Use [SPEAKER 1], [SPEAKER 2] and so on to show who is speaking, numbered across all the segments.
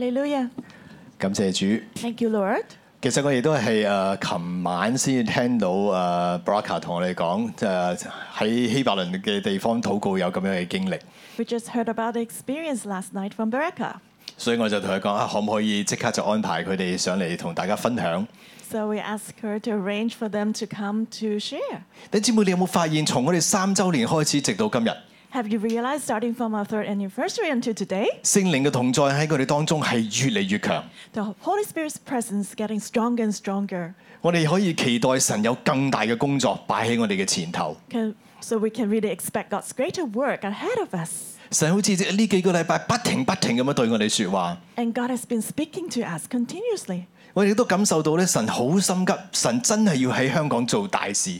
[SPEAKER 1] Hallelujah.
[SPEAKER 2] 感謝主。
[SPEAKER 1] Thank you, Lord.
[SPEAKER 2] 其實我亦都係誒，琴晚先至聽到誒 Braca 同我哋講，誒喺希伯倫嘅地方禱告有咁樣嘅經歷，
[SPEAKER 1] We just heard about the experience last night from Bereka.
[SPEAKER 2] 所以我就同佢講啊，可唔可以即刻就安排佢哋上嚟同大家分享？
[SPEAKER 1] So we asked her to arrange for them to come to share.
[SPEAKER 2] 弟兄姊妹，你有冇發現從我哋三週年開始直到今日，
[SPEAKER 1] Have you realized starting from our third anniversary until today,
[SPEAKER 2] 聖靈嘅同在喺我哋當中係越嚟越強？
[SPEAKER 1] the Holy Spirit's presence getting stronger and stronger?
[SPEAKER 2] 我哋可以期待神有更大嘅工作擺喺我哋嘅前頭。
[SPEAKER 1] Can, so we can really expect God's greater work ahead of us.
[SPEAKER 2] 神好似呢幾個禮拜不停不停咁樣對我哋説話，
[SPEAKER 1] And God has been speaking to us continuously.
[SPEAKER 2] 我哋都感受到咧，神好心急，神真係要喺香港做大事。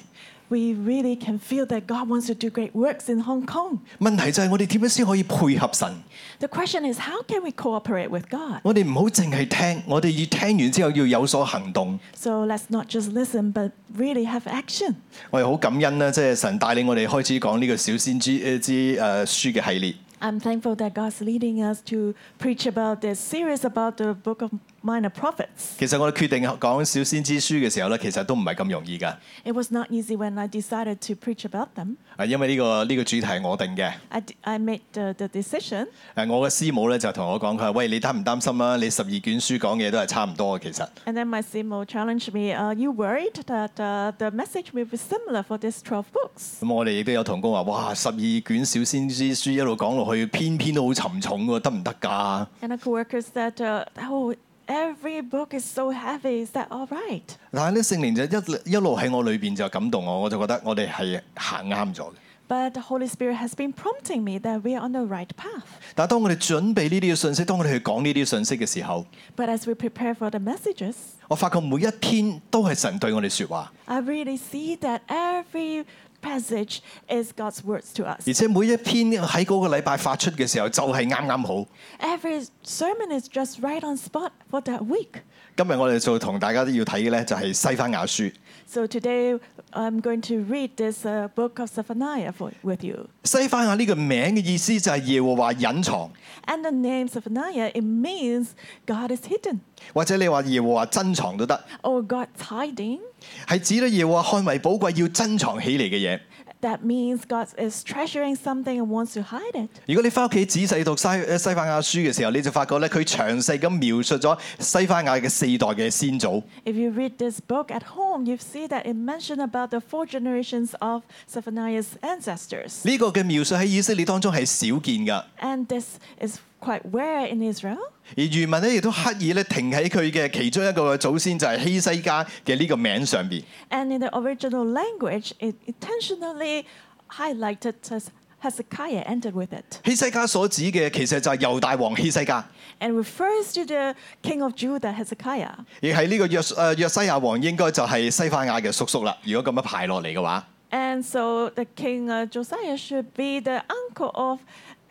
[SPEAKER 1] We really can feel that God wants to do great works in Hong Kong.
[SPEAKER 2] 問題就係我哋點樣先可以配合神？
[SPEAKER 1] The question is, how can we cooperate with God?
[SPEAKER 2] 我哋唔好淨係聽，我哋要聽完之後要有所行動。
[SPEAKER 1] So let's not just listen, but really have action.
[SPEAKER 2] 我哋好感恩啦，即係神帶領我哋開始講呢個小先知呃之誒書嘅系列。
[SPEAKER 1] I'm thankful that God's leading us to preach about this series about the book of minor prophets.
[SPEAKER 2] 其實我哋決定講小先知書嘅時候咧，其實都唔係咁容易㗎，
[SPEAKER 1] It was not easy when I decided to preach about them.
[SPEAKER 2] 啊，因為呢、個呢、個主題係我定嘅。
[SPEAKER 1] I, d- I made the, the decision.
[SPEAKER 2] 誒，我嘅師母咧就同我講，佢話：喂，你擔唔擔心啊？你十二卷書講嘅嘢都係差唔多嘅，其實。
[SPEAKER 1] And then my Simo challenged me, Are you worried that uh, the message will be similar for these 12 books?
[SPEAKER 2] 咁我哋亦都有同工話：哇，十二卷小先知書一路講落去，偏偏都好沉重喎，得唔得㗎？
[SPEAKER 1] And a coworker said, uh, Oh, every book is so heavy. Is that all right?
[SPEAKER 2] 但係咧，聖靈就一一路喺我裏邊就感動我，我就覺得我哋係行啱咗嘅。
[SPEAKER 1] But the Holy Spirit has been prompting me that we are on the right path.
[SPEAKER 2] 但係當我哋準備呢啲嘅信息，當我哋去講呢啲信息嘅時候，
[SPEAKER 1] But as we prepare for the messages,
[SPEAKER 2] 我發覺每一篇都係神對我哋説話，
[SPEAKER 1] I really see that every passage is God's words to us.
[SPEAKER 2] 而且每一篇喺嗰個禮拜發出嘅時候就係啱啱好。
[SPEAKER 1] Every sermon is just right on spot for that week.
[SPEAKER 2] 今日我哋就同大家都要睇嘅咧就係西番雅書。
[SPEAKER 1] So today I'm going to read this uh, book of Zephaniah for, with you.
[SPEAKER 2] 西番雅呢個名嘅意思就係耶和華隱藏，
[SPEAKER 1] And the name Zephaniah, it means God is hidden
[SPEAKER 2] 或者你話耶和華珍藏都得，
[SPEAKER 1] or God's hiding.
[SPEAKER 2] 係指咧耶和華看為寶貴要珍藏起嚟嘅嘢。
[SPEAKER 1] That means God is treasuring something and wants to hide it.
[SPEAKER 2] 如果你翻屋企仔細讀西呃西番雅書嘅時候，你就發覺咧佢詳細咁描述咗西番雅嘅四代嘅先祖。
[SPEAKER 1] If you read this book at home, you see that it mentioned about the four generations of Zephaniah's ancestors.
[SPEAKER 2] 呢、個嘅描述喺以色列當中係少見㗎，
[SPEAKER 1] And this is quite rare in Israel.
[SPEAKER 2] 而漁民咧亦都刻意咧停喺佢嘅其中一個嘅祖先就係希西家嘅呢個名上邊。
[SPEAKER 1] And in the original language, it intentionally highlighted as Hezekiah ended with it
[SPEAKER 2] 希西家所指嘅其實就係猶大王希西家，
[SPEAKER 1] and refers to the king of Judah, Hezekiah.
[SPEAKER 2] 亦係呢個約誒、約西亞王應該就係西番雅嘅叔叔啦。如果咁樣排落嚟嘅話，
[SPEAKER 1] And so the king uh, Josiah should be the uncle of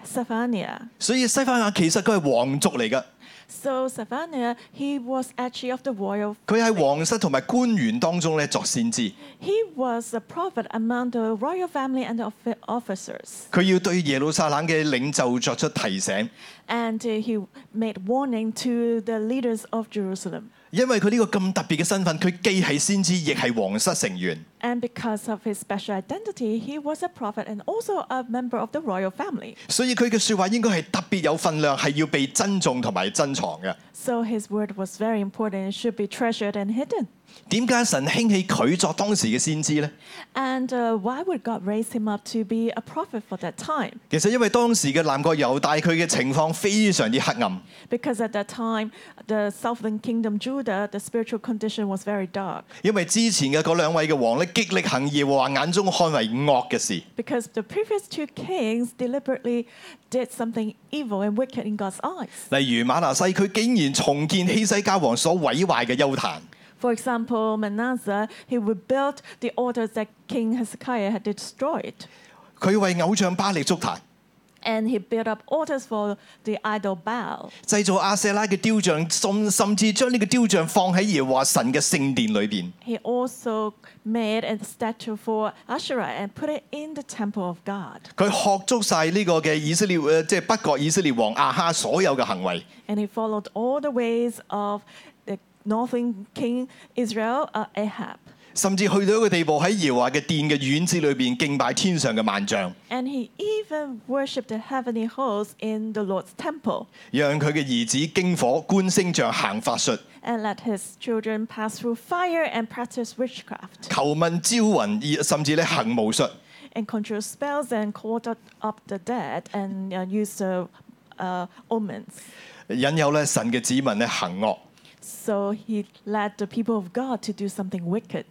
[SPEAKER 1] Zephaniah.
[SPEAKER 2] 所以西番雅其實佢係皇族嚟㗎，
[SPEAKER 1] So Zephaniah, he was actually of the royal,
[SPEAKER 2] 佢喺皇室同埋官員當中咧作先知，
[SPEAKER 1] he was a prophet among the royal family and the offi- officers.
[SPEAKER 2] 佢要對耶路撒冷嘅領袖作出提醒，
[SPEAKER 1] And uh, he made warning to the leaders of Jerusalem.
[SPEAKER 2] 因為佢呢個咁特別嘅身份，佢既係先知，亦係皇室成員。
[SPEAKER 1] And because of his special identity, he was a prophet and also a member of the royal family.
[SPEAKER 2] 所以佢嘅説話應該係特別有分量，係要被珍重同埋珍藏嘅。
[SPEAKER 1] So his word was very important and should be treasured and hidden.
[SPEAKER 2] 點解神興起佢作當時嘅先知呢？
[SPEAKER 1] And uh, why would God raise him up to be a prophet for that time?
[SPEAKER 2] 其實因為當時嘅南國猶大佢嘅情況非常之黑暗，
[SPEAKER 1] Because at that time, the southern kingdom Judah, the spiritual condition was very dark.
[SPEAKER 2] 因為之前嘅嗰兩位嘅王咧極力行耶和華眼中看為惡嘅事，
[SPEAKER 1] Because the previous two kings deliberately did something evil and wicked in God's eyes.
[SPEAKER 2] 例如馬拿西佢竟然重建希西家王所毀壞嘅丘壇，
[SPEAKER 1] For example, Manasseh, he rebuilt the altars that King Hezekiah had destroyed.
[SPEAKER 2] 佢為偶像巴力築壇，
[SPEAKER 1] and he built up altars for the idol Baal.
[SPEAKER 2] 製造亞舍拉嘅雕像，甚甚至將呢個雕像放喺耶和華神嘅聖殿裏邊。
[SPEAKER 1] He also made a statue for Asherah and put it in the temple of God.
[SPEAKER 2] 佢學足晒呢個嘅以色列誒，即係北國以色列王亞哈所有嘅行為。
[SPEAKER 1] And he followed all the ways of the northern king Israel, uh, Ahab.
[SPEAKER 2] 甚至去到一個地步，喺耶和華嘅殿嘅院子裏邊敬拜天上嘅萬象，
[SPEAKER 1] And he even worshipped the heavenly hosts in the Lord's temple
[SPEAKER 2] 讓佢嘅兒子經火觀星象行法術，
[SPEAKER 1] and let his children pass through fire and practice witchcraft
[SPEAKER 2] 求問招魂，而甚至咧行巫術。
[SPEAKER 1] and control spells and called up- up the dead and uh, use the uh, omens.
[SPEAKER 2] 引誘咧神嘅子民咧行惡。
[SPEAKER 1] So he led the people of God to do something wicked.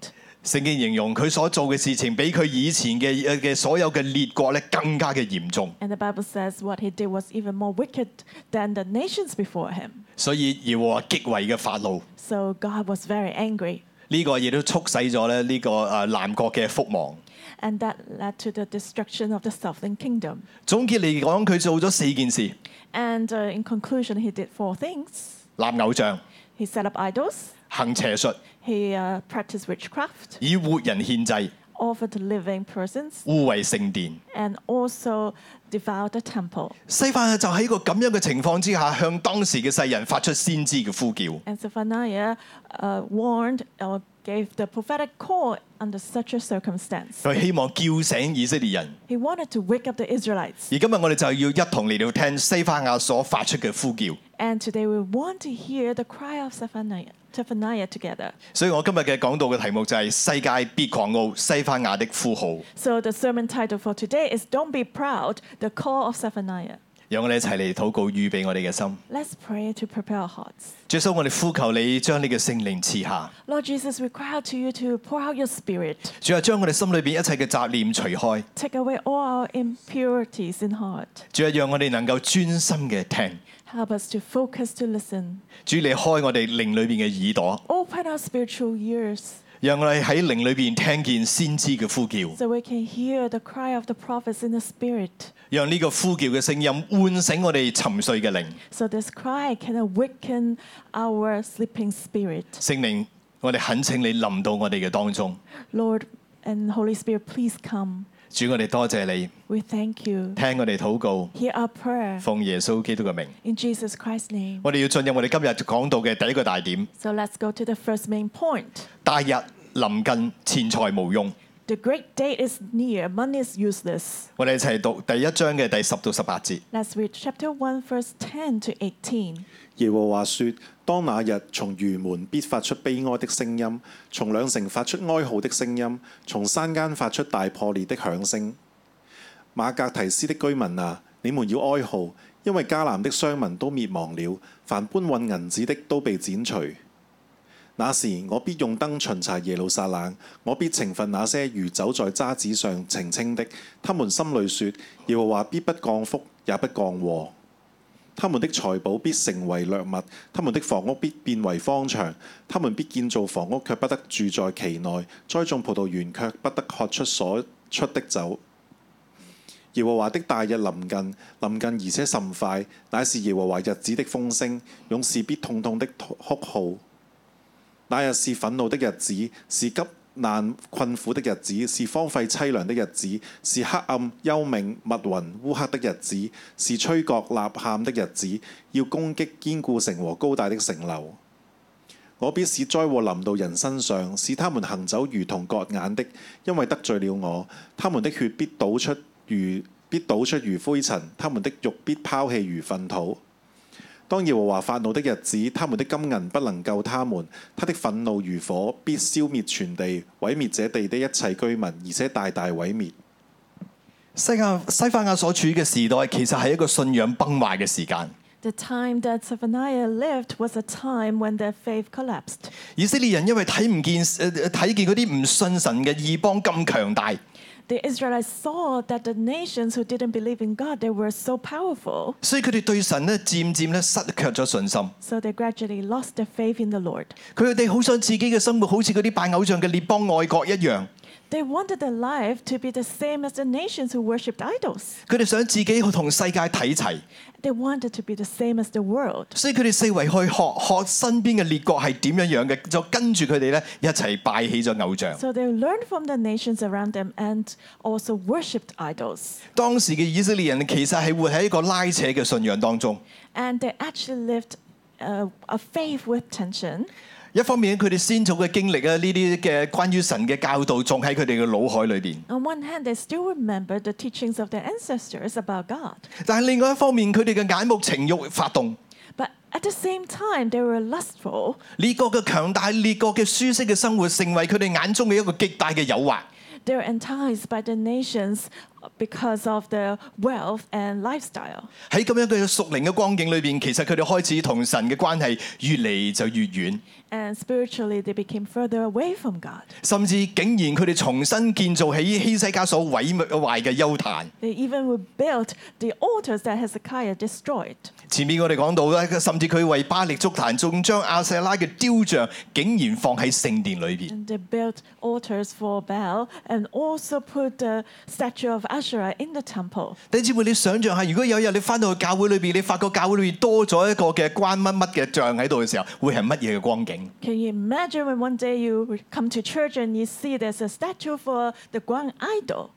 [SPEAKER 2] 聖經形容佢所做嘅事情，比佢以前嘅呃嘅所有嘅列國咧更加嘅嚴重。
[SPEAKER 1] And the Bible says what he did was even more wicked than the nations before him.
[SPEAKER 2] 所以耶和華極為嘅發怒，
[SPEAKER 1] So God was very angry,
[SPEAKER 2] 呢、個亦都促使咗咧呢個誒南國嘅覆亡。
[SPEAKER 1] and that led to the destruction of the southern kingdom.
[SPEAKER 2] 總結嚟講，佢做咗四件事：
[SPEAKER 1] And uh, in conclusion, he did four things.
[SPEAKER 2] 立偶像、
[SPEAKER 1] He set up idols,
[SPEAKER 2] 行邪術、
[SPEAKER 1] he uh, practiced witchcraft,
[SPEAKER 2] 以活人獻祭、
[SPEAKER 1] offered living persons,
[SPEAKER 2] 污衊聖殿。
[SPEAKER 1] and also devoured the temple.
[SPEAKER 2] 西法就喺個咁樣嘅情況之下，向當時嘅世人發出先知嘅呼叫。
[SPEAKER 1] And Zephaniah uh, warned or gave the prophetic call under such a circumstance.
[SPEAKER 2] 佢希望叫醒以色列人。
[SPEAKER 1] He wanted to wake up the Israelites.
[SPEAKER 2] 而今日我哋就要一同嚟到聽西法亞所發出嘅呼叫。
[SPEAKER 1] And today we want to hear the cry of Zephaniah, Zephaniah together.
[SPEAKER 2] 所以我今日嘅講道嘅題目就係、世界必狂傲，西法亞的呼號。
[SPEAKER 1] So the sermon title for today is Don't Be Proud, the Call of Zephaniah.
[SPEAKER 2] 讓我哋一齊嚟禱告，預備我哋嘅心。
[SPEAKER 1] Let's pray to prepare our hearts.
[SPEAKER 2] 最首我哋呼求你將你嘅聖靈賜下。
[SPEAKER 1] Lord Jesus, we cry out to you to pour out your spirit.
[SPEAKER 2] 主啊，將我哋心裏邊一切嘅雜念除開。
[SPEAKER 1] Take away all our impurities in heart.
[SPEAKER 2] 主啊，讓我哋能夠專心嘅聽。
[SPEAKER 1] Help us to focus to listen.
[SPEAKER 2] 主，你開我哋靈裏邊嘅耳朵，
[SPEAKER 1] Open our spiritual ears
[SPEAKER 2] 讓我哋喺靈裏邊聽見先知嘅呼叫。
[SPEAKER 1] so we can hear the cry of the prophets in the spirit.
[SPEAKER 2] 讓呢個呼叫嘅聲音喚醒我哋沉睡嘅靈。
[SPEAKER 1] So this cry can awaken our sleeping spirit.
[SPEAKER 2] 聖靈，我哋懇請你臨到我哋嘅當中。
[SPEAKER 1] Lord and Holy Spirit, please come.
[SPEAKER 2] 主，我哋多謝你，
[SPEAKER 1] We thank you.
[SPEAKER 2] 聽我哋禱告，
[SPEAKER 1] Hear our prayer
[SPEAKER 2] 奉耶穌基督嘅名。
[SPEAKER 1] in Jesus Christ's name.
[SPEAKER 2] 我哋要進入我哋今日講到嘅第一個大點：
[SPEAKER 1] So let's go to the first main point.
[SPEAKER 2] 大日臨近，錢財無用。
[SPEAKER 1] The great day is near, money is useless.
[SPEAKER 2] 我哋一齊讀第一章嘅第十到十八節。
[SPEAKER 1] Let's read chapter 1, verse 10 to 18.
[SPEAKER 3] 耶和華說：當那日，從魚門必發出悲哀的聲音，從兩城發出哀號的聲音，從山間發出大破裂的響聲。馬格提斯的居民啊，你們要哀號，因為迦南的商民都滅亡了，凡搬運銀子的都被剪除。那時我必用燈巡查耶路撒冷，我必懲罰那些如走在渣滓上澄清的，他們心裏說：耶和華必不降福，也不降禍。他們的財寶必成為掠物，他們的房屋必變為荒場，他們必建造房屋，卻不得住在其內；栽種葡萄園，卻不得喝出所出的酒。耶和華的大日臨近，臨近而且甚快，乃是耶和華日子的風聲，勇士必痛痛的哭號。那日是憤怒的日子，是急難困苦的日子，是荒廢凄涼的日子，是黑暗幽冥密雲烏黑的日子，是吹角吶喊的日子，要攻擊堅固城和高大的城樓。我必使災禍臨到人身上，使他們行走如同割眼的，因為得罪了我。他們的血必倒出如必倒出如灰塵，他們的肉必拋棄如糞土。當耶和華發怒的日子，他們的金銀不能救他們，他的憤怒如火，必消滅全地，毀滅這地的一切居民，而且大大毀滅。
[SPEAKER 2] 西亞西法亞所處嘅時代，其實係一個信仰崩壞嘅時間。
[SPEAKER 1] The time that Zephaniah lived was a time when their faith collapsed.
[SPEAKER 2] 以色列人因為睇唔見誒睇見嗰啲唔信神嘅異邦咁強大，
[SPEAKER 1] The Israelites saw that the nations who didn't believe in God, they were so powerful,
[SPEAKER 2] 所以佢哋對神咧漸漸咧失卻咗信心。
[SPEAKER 1] so they gradually lost their faith in the Lord.
[SPEAKER 2] 佢哋好想自己嘅生活好似嗰啲拜偶像嘅列邦外國一樣，
[SPEAKER 1] They wanted their life to be the same as the nations who worshipped idols.
[SPEAKER 2] 佢哋想自己去同世界睇齊，
[SPEAKER 1] They wanted to be the same as the world.
[SPEAKER 2] 所以佢哋四圍去學學身邊嘅列國係點樣樣嘅，就跟住佢哋咧一齊拜起咗偶像。
[SPEAKER 1] So they learned from the nations around them and also worshipped idols.
[SPEAKER 2] 當時嘅以色列人其實係活喺一個拉扯嘅信仰當中。
[SPEAKER 1] And they actually lived uh, a faith with tension.
[SPEAKER 2] 一方面佢哋先祖嘅經歷啊，呢啲嘅關於神嘅教導，仲喺佢哋嘅腦海裏邊。
[SPEAKER 1] On one hand, they still remember the teachings of their ancestors about God.
[SPEAKER 2] 但係另外一方面，佢哋嘅眼目情慾發動，
[SPEAKER 1] But at the same time, they were lustful.
[SPEAKER 2] 列國嘅強大、列國嘅舒適嘅生活，成為佢哋眼中嘅一個極大嘅誘惑。
[SPEAKER 1] They were enticed by the nations because of their wealth and lifestyle.
[SPEAKER 2] 喺咁樣嘅屬靈嘅光景裏邊，其實佢哋開始同神嘅關係越嚟就越遠，
[SPEAKER 1] And spiritually, they became further away from God.
[SPEAKER 2] 甚至竟然佢哋重新建造起希西家所毀壞嘅丘壇。
[SPEAKER 1] They even rebuilt the altars that Hezekiah destroyed.
[SPEAKER 2] 前面我哋講到咧，甚至佢為巴力築壇，仲將亞舍拉嘅雕像竟然放喺聖殿裏邊。
[SPEAKER 1] And they built altars for Baal and also put the statue of Asherah in the temple.
[SPEAKER 2] 弟兄姊妹，你想象下，如果有一日你翻到去教會裏邊，你發覺教會裏邊多咗一個嘅關乜乜嘅像喺度嘅時候，會係乜嘢嘅光景？
[SPEAKER 1] Can you imagine when one day you come to church and you see there's a statue for the Guang idol?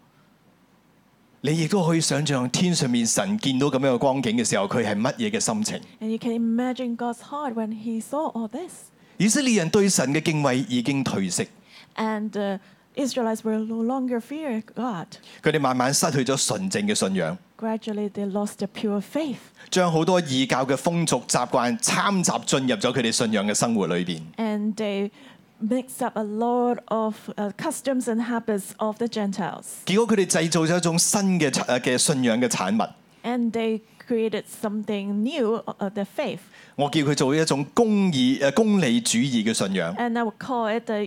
[SPEAKER 2] 你亦都可以想象天上面神見到咁樣嘅光景嘅時候，佢係乜嘢嘅心情？
[SPEAKER 1] And you can imagine God's heart when he saw all this.
[SPEAKER 2] 以色列人對神嘅敬畏已經褪色，
[SPEAKER 1] And the Israelites will no longer fear God.
[SPEAKER 2] 佢哋慢慢失去咗純正嘅信仰，
[SPEAKER 1] Gradually, they lost their pure faith.
[SPEAKER 2] 將好多異教嘅風俗習慣參雜進入咗佢哋信仰嘅生活裏邊。
[SPEAKER 1] And they mixed up a lot of uh, customs and habits of the Gentiles.
[SPEAKER 2] 結果佢哋製造咗一種新嘅產嘅信仰嘅產物，
[SPEAKER 1] And they created something new of their faith.
[SPEAKER 2] 我叫佢做一種公義誒功利主義嘅信仰。
[SPEAKER 1] And I would call it the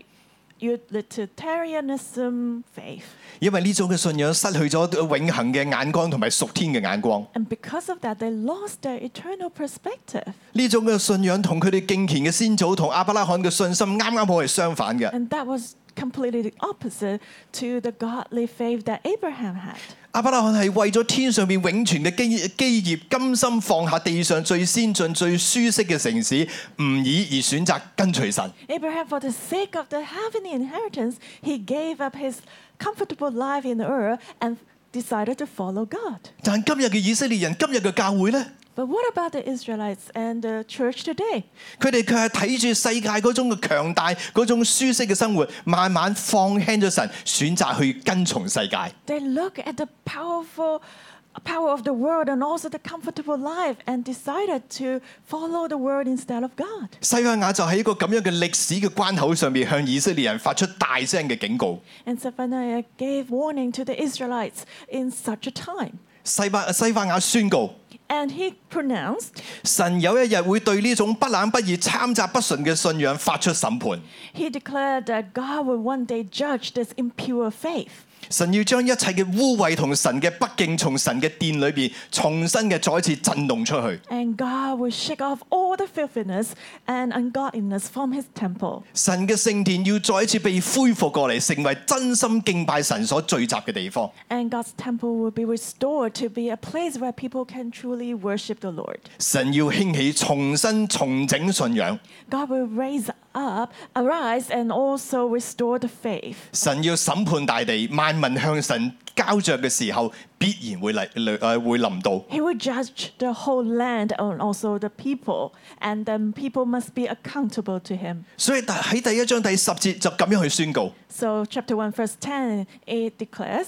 [SPEAKER 1] utilitarianism faith.
[SPEAKER 2] 因為呢種嘅信仰失去咗永恆嘅眼光同埋屬天嘅眼光，
[SPEAKER 1] And because of that, they lost their eternal perspective.
[SPEAKER 2] 呢種嘅信仰同佢哋敬虔嘅先祖同亞伯拉罕嘅信心啱啱好係相反嘅。
[SPEAKER 1] And that was completely the opposite to the godly faith that Abraham had.
[SPEAKER 2] 亞伯拉罕係為咗天上面永存嘅基基業，甘心放下地上最先進、最舒適嘅城市，唔以而選擇跟隨神。
[SPEAKER 1] Abraham, for the sake of the heavenly inheritance, he gave up his comfortable life in Ur and decided to follow God.
[SPEAKER 2] 但今日嘅以色列人，今日嘅教會呢，
[SPEAKER 1] But what about the Israelites and the church today?
[SPEAKER 2] 佢哋卻係睇住世界嗰種嘅強大、嗰種舒適嘅生活，慢慢放輕咗神，選擇去跟從世界。
[SPEAKER 1] They look at the powerful power of the world and also the comfortable life and decided to follow the world instead of God.
[SPEAKER 2] 西班牙就喺一個咁樣嘅歷史嘅關口上面，向以色列人發出大聲嘅警告。
[SPEAKER 1] And Zephaniah gave warning to the Israelites in such a time.
[SPEAKER 2] 西班西班牙宣告，
[SPEAKER 1] And he pronounced,
[SPEAKER 2] 神有一日會對呢種不冷不熱、參雜不純嘅信仰發出審判。
[SPEAKER 1] he declared that God will one day judge this impure faith.
[SPEAKER 2] 神要將一切嘅污穢同神嘅不敬，從神嘅殿裏邊重新嘅再一次震動出去。
[SPEAKER 1] And God will shake off all the filthiness and ungodliness from his temple.
[SPEAKER 2] 神嘅聖殿要再一次被恢復過嚟，成為真心敬拜神所聚集嘅地方。
[SPEAKER 1] And God's temple will be restored to be a place where people can truly worship the Lord.
[SPEAKER 2] 神要興起重新重整信仰，
[SPEAKER 1] God will raise up, arise, and also restore the faith.
[SPEAKER 2] 神要審判大地，萬民向神交着嘅時候，必然會嚟嚟誒會臨到。
[SPEAKER 1] He will judge the whole land and also the people, and then people must be accountable to him.
[SPEAKER 2] 所以第喺第一章第十節就咁樣去宣告。
[SPEAKER 1] So, chapter 1, verse 10, it declares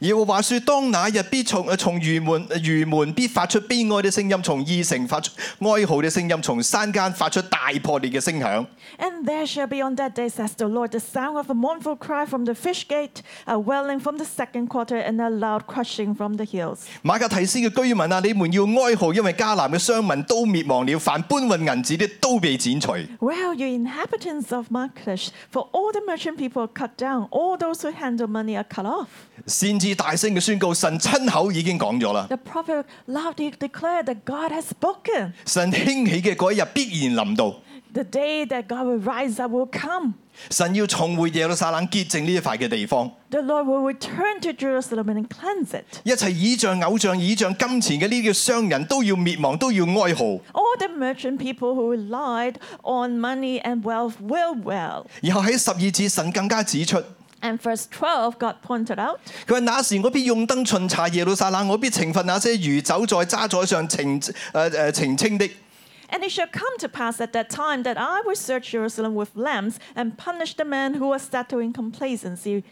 [SPEAKER 2] 耶和華說：當那日必從呃從愚門愚門必發出悲哀的聲音，從二城發出哀號的聲音，從山間發出大破裂嘅聲響。
[SPEAKER 1] And there shall be on that day, says the Lord, the sound of a mournful cry from the fish gate, a wailing from the second quarter, and a loud crushing from the hills.
[SPEAKER 2] 馬格提斯嘅居民啊，你們要哀號，因為迦南嘅商民都滅亡了，凡搬運銀子的都被剪除。
[SPEAKER 1] Well, you inhabitants of Maklish, for all the merchant people are cut down, all those who handle money are cut off.
[SPEAKER 2] 先知大聲嘅宣告，神親口已經講咗啦，
[SPEAKER 1] The prophet loudly declared that God has spoken.
[SPEAKER 2] 神興起嘅嗰一日必然臨到。
[SPEAKER 1] The day that God will rise up will come.
[SPEAKER 2] 神要重回耶路撒冷潔淨呢一塊嘅地方，
[SPEAKER 1] The Lord will return to Jerusalem and cleanse it.
[SPEAKER 2] 一切倚仗偶像、倚仗金錢嘅呢啲嘅商人都要滅亡，都要哀號。
[SPEAKER 1] All the merchant people who relied on money and wealth will well.
[SPEAKER 2] 然後喺十二節，神更加指出，
[SPEAKER 1] And verse 12 got pointed out.
[SPEAKER 2] 佢話：那時我必用燈巡查耶路撒冷，我必懲罰那些如酒在渣滓上澄誒誒澄清的。
[SPEAKER 1] And it shall come to pass at that time that I will search Jerusalem with lamps and punish the men who are settled in complacency,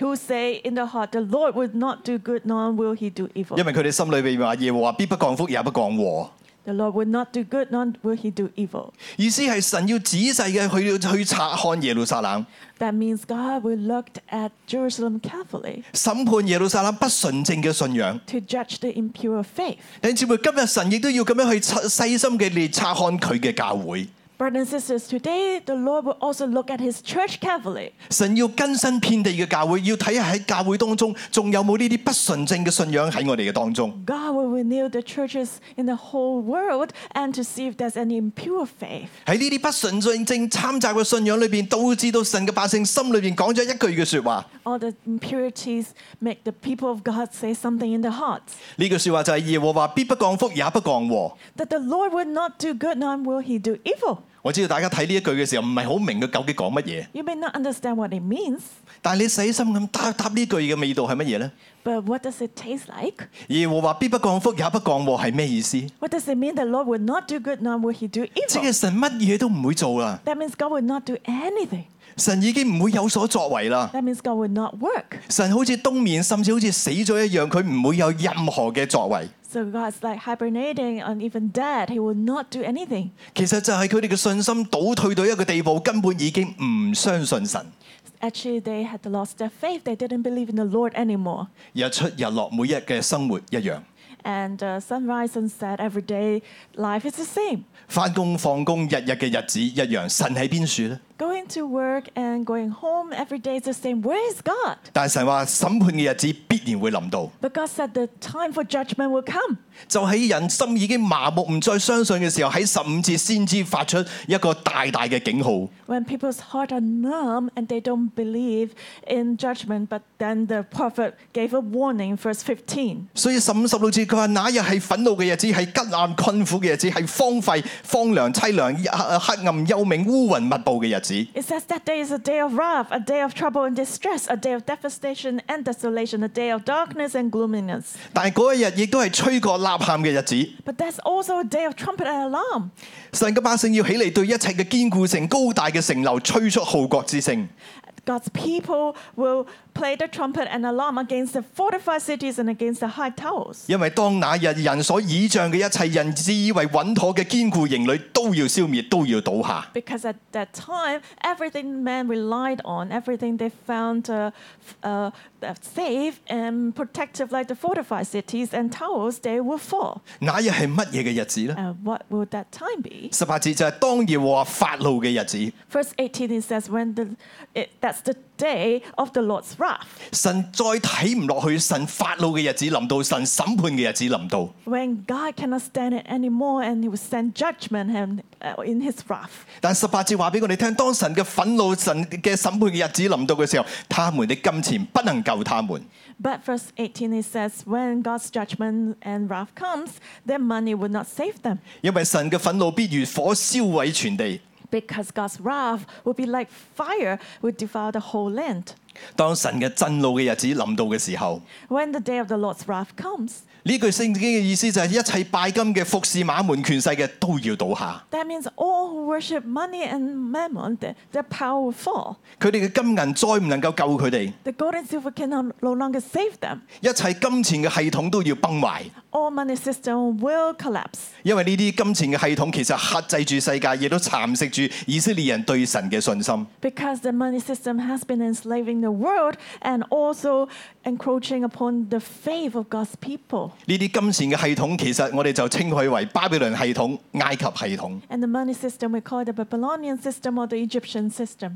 [SPEAKER 1] who say in their heart, The Lord will not do good, nor will he do evil.
[SPEAKER 2] 因為佢哋心裏邊話耶和華必不降福也不降禍。
[SPEAKER 1] The Lord will not do good, nor will he do evil.
[SPEAKER 2] 意思係神要仔細嘅去去察看耶路撒冷，
[SPEAKER 1] That means God will look at Jerusalem carefully
[SPEAKER 2] 審判耶路撒冷不純正嘅信仰。
[SPEAKER 1] to judge the impure faith.
[SPEAKER 2] 弟兄姊妹，今日神亦都要咁樣去察細心嘅嚟察看佢嘅教會。
[SPEAKER 1] Brothers and sisters, today the Lord will also look at his church carefully.
[SPEAKER 2] 神要更新遍地嘅教會，要睇下喺教會當中仲有冇呢啲不純正嘅信仰喺我哋嘅當中。
[SPEAKER 1] God will renew the churches in the whole world and to see if there's any impure faith.
[SPEAKER 2] 喺呢啲不純正正參雜嘅信仰裏邊，導致到神嘅百姓心裏邊講咗一句嘅説話。
[SPEAKER 1] All the impurities make the people of God say something in their hearts
[SPEAKER 2] 呢句説話就係耶和華必不降福也不降禍。
[SPEAKER 1] that the Lord will not do good, nor will he do evil.
[SPEAKER 2] 我知道大家睇呢一句嘅時候唔係好明佢究竟講乜嘢，
[SPEAKER 1] You may not understand what it means,
[SPEAKER 2] 但係你細心咁答答呢句嘅味道係乜嘢呢？
[SPEAKER 1] but what does it taste like?
[SPEAKER 2] 耶和華必不降福也不降禍係咩意思？即
[SPEAKER 1] What does it mean the Lord will not do good, nor will he do evil?
[SPEAKER 2] 係神乜嘢都唔會做啦，
[SPEAKER 1] That means God will not do anything.
[SPEAKER 2] 神已經唔會有所作為啦。
[SPEAKER 1] That means God will not work.
[SPEAKER 2] 神好似冬眠，甚至好似死咗一樣，佢唔會有任何嘅作為。
[SPEAKER 1] So God's like hibernating and even dead. He will not do anything.
[SPEAKER 2] 其實就係佢哋嘅信心倒退到一個地步，根本已經唔相信神。
[SPEAKER 1] Actually, they had lost their faith. They didn't believe in the Lord anymore.
[SPEAKER 2] 日出日落，每日嘅生活一樣，
[SPEAKER 1] And uh, sunrise and set every day, life is the same.
[SPEAKER 2] 翻工放工，日日嘅日子一樣。神喺邊處呢？
[SPEAKER 1] Going to work and going home every day is the same. Where is God?
[SPEAKER 2] 但神話審判嘅日子必然會臨到，
[SPEAKER 1] But God said the time for judgment will come.
[SPEAKER 2] 就喺人心已經麻木唔再相信嘅時候，喺十五節先知發出一個大大嘅警號。
[SPEAKER 1] When people's heart are numb and they don't believe in judgment, but then the prophet gave a warning, verse 15.
[SPEAKER 2] 所以十五十六節佢話：那日係憤怒嘅日子，係吉暗困苦嘅日子，係荒廢、荒涼、凄涼、黑黑暗、幽冥、烏雲密布嘅日子。
[SPEAKER 1] It says that day is a day of wrath, a day of trouble and distress, a day of devastation and desolation, a day of darkness and gloominess.
[SPEAKER 2] 但係嗰一日亦都係吹角吶喊嘅日子。
[SPEAKER 1] But that's also a day of trumpet and alarm.
[SPEAKER 2] 神嘅百姓要起嚟對一切嘅堅固城、高大嘅城樓吹出號角之聲。
[SPEAKER 1] God's people will play the trumpet and alarm against the fortified cities and against the high towers.
[SPEAKER 2] 因為當那日人所倚仗嘅一切，人自以為穩妥嘅堅固營壘都要消滅，都要倒下。
[SPEAKER 1] Because at that time, everything men relied on, everything they found uh, f- uh, uh, safe and protective, like the fortified cities and towers, they will fall.
[SPEAKER 2] 那日係乜嘢嘅日子呢？
[SPEAKER 1] Uh, what will that time be?
[SPEAKER 2] 十八節就係當耶和華發怒嘅日子，
[SPEAKER 1] Verse 18 it says, "When the it, that's the day of the Lord's wrath,
[SPEAKER 2] 神再睇唔落去，神發怒嘅日子臨到，神審判嘅日子臨到。
[SPEAKER 1] when God cannot stand it anymore, and He will send judgment and uh, in His wrath."
[SPEAKER 2] 但十八節話俾我哋聽，當神嘅憤怒、神嘅審判嘅日子臨到嘅時候，他們的金錢不能救他們。
[SPEAKER 1] But verse 18 it says, "When God's judgment and wrath comes, their money will not save them,
[SPEAKER 2] 因為神嘅憤怒必如火燒毀全地。
[SPEAKER 1] because God's wrath will be like fire, will devour the whole land."
[SPEAKER 2] 當神嘅震怒嘅日子臨到嘅時候，
[SPEAKER 1] When the day of the Lord's wrath comes,
[SPEAKER 2] 呢句聖經嘅意思就係一切拜金嘅、服侍馬門權勢嘅都要倒下，
[SPEAKER 1] that means all who worship money and mammon, their, their power will fall.
[SPEAKER 2] 佢哋嘅金銀再唔能夠救佢哋，
[SPEAKER 1] The gold and silver can no no longer save them.
[SPEAKER 2] 一切金錢嘅系統都要崩壞，
[SPEAKER 1] all money system will collapse
[SPEAKER 2] 因為呢啲金錢嘅系統其實克制住世界，亦都蠶食住以色列人對神嘅信心。
[SPEAKER 1] because the money system has been enslaving the world and also encroaching upon the faith of God's people.
[SPEAKER 2] 呢啲金錢嘅系統其實我哋就稱佢為巴比倫系統、埃及系統。
[SPEAKER 1] And the money system, we call it the Babylonian system or the Egyptian system.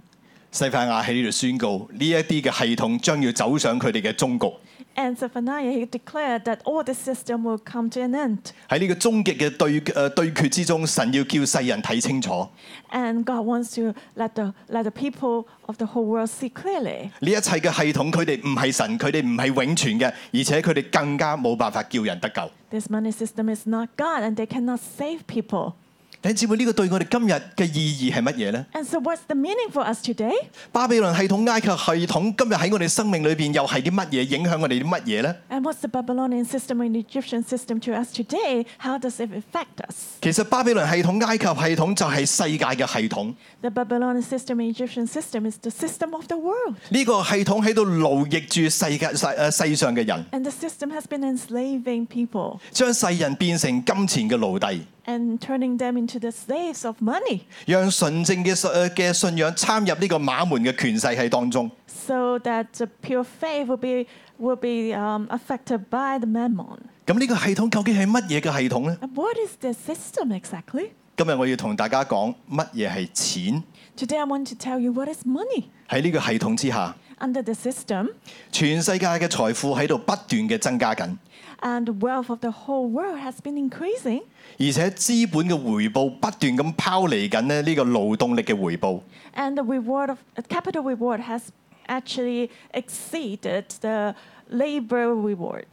[SPEAKER 2] 西番雅喺呢度宣告，呢一啲嘅系統將要走上佢哋嘅終局。
[SPEAKER 1] And Zephaniah, he declared that all the system will come to an end.
[SPEAKER 2] 喺呢個終極嘅對誒、呃、對決之中，神要叫世人睇清楚，
[SPEAKER 1] And God wants to let the, let the people of the whole world see clearly.
[SPEAKER 2] 呢一切嘅系統，佢哋唔係神，佢哋唔係永存嘅，而且佢哋更加冇辦法叫人得救。
[SPEAKER 1] This money system is not God and they cannot save people.
[SPEAKER 2] 弟兄姊妹，呢、個對我哋今日嘅意義係乜嘢呢？
[SPEAKER 1] And so, what's the meaning for us today?
[SPEAKER 2] 巴比倫系統、埃及系統，今日喺我哋生命裏邊又係啲乜嘢影響我哋啲乜嘢呢？
[SPEAKER 1] And what's the Babylonian system and Egyptian system to us today? How does it affect us?
[SPEAKER 2] 其實巴比倫系統、埃及系統就係世界嘅系統，
[SPEAKER 1] The Babylonian system and Egyptian system is the system of the world.
[SPEAKER 2] 呢、個系統喺度奴役住世界世誒世上嘅人，
[SPEAKER 1] And the system has been enslaving people
[SPEAKER 2] 將世人變成金錢嘅奴隸，
[SPEAKER 1] and turning them into the slaves of money
[SPEAKER 2] 讓純正嘅信誒嘅信仰參入呢個馬門嘅權勢係當中。
[SPEAKER 1] so that the pure faith will be, will be um, affected by the mammon.
[SPEAKER 2] 咁呢個系統究竟係乜嘢嘅系統呢？
[SPEAKER 1] And what is this system exactly?
[SPEAKER 2] 今日我要同大家講乜嘢係錢
[SPEAKER 1] Today, I want to tell you what is money.
[SPEAKER 2] 喺呢個系統之下，
[SPEAKER 1] Under the system,
[SPEAKER 2] 全世界嘅財富喺度不斷嘅增加緊，
[SPEAKER 1] and the wealth of the whole world has been increasing,
[SPEAKER 2] 而且資本嘅回報不斷咁拋離緊咧呢個勞動力嘅回報。
[SPEAKER 1] and the reward of uh, capital reward has actually exceeded the labor reward,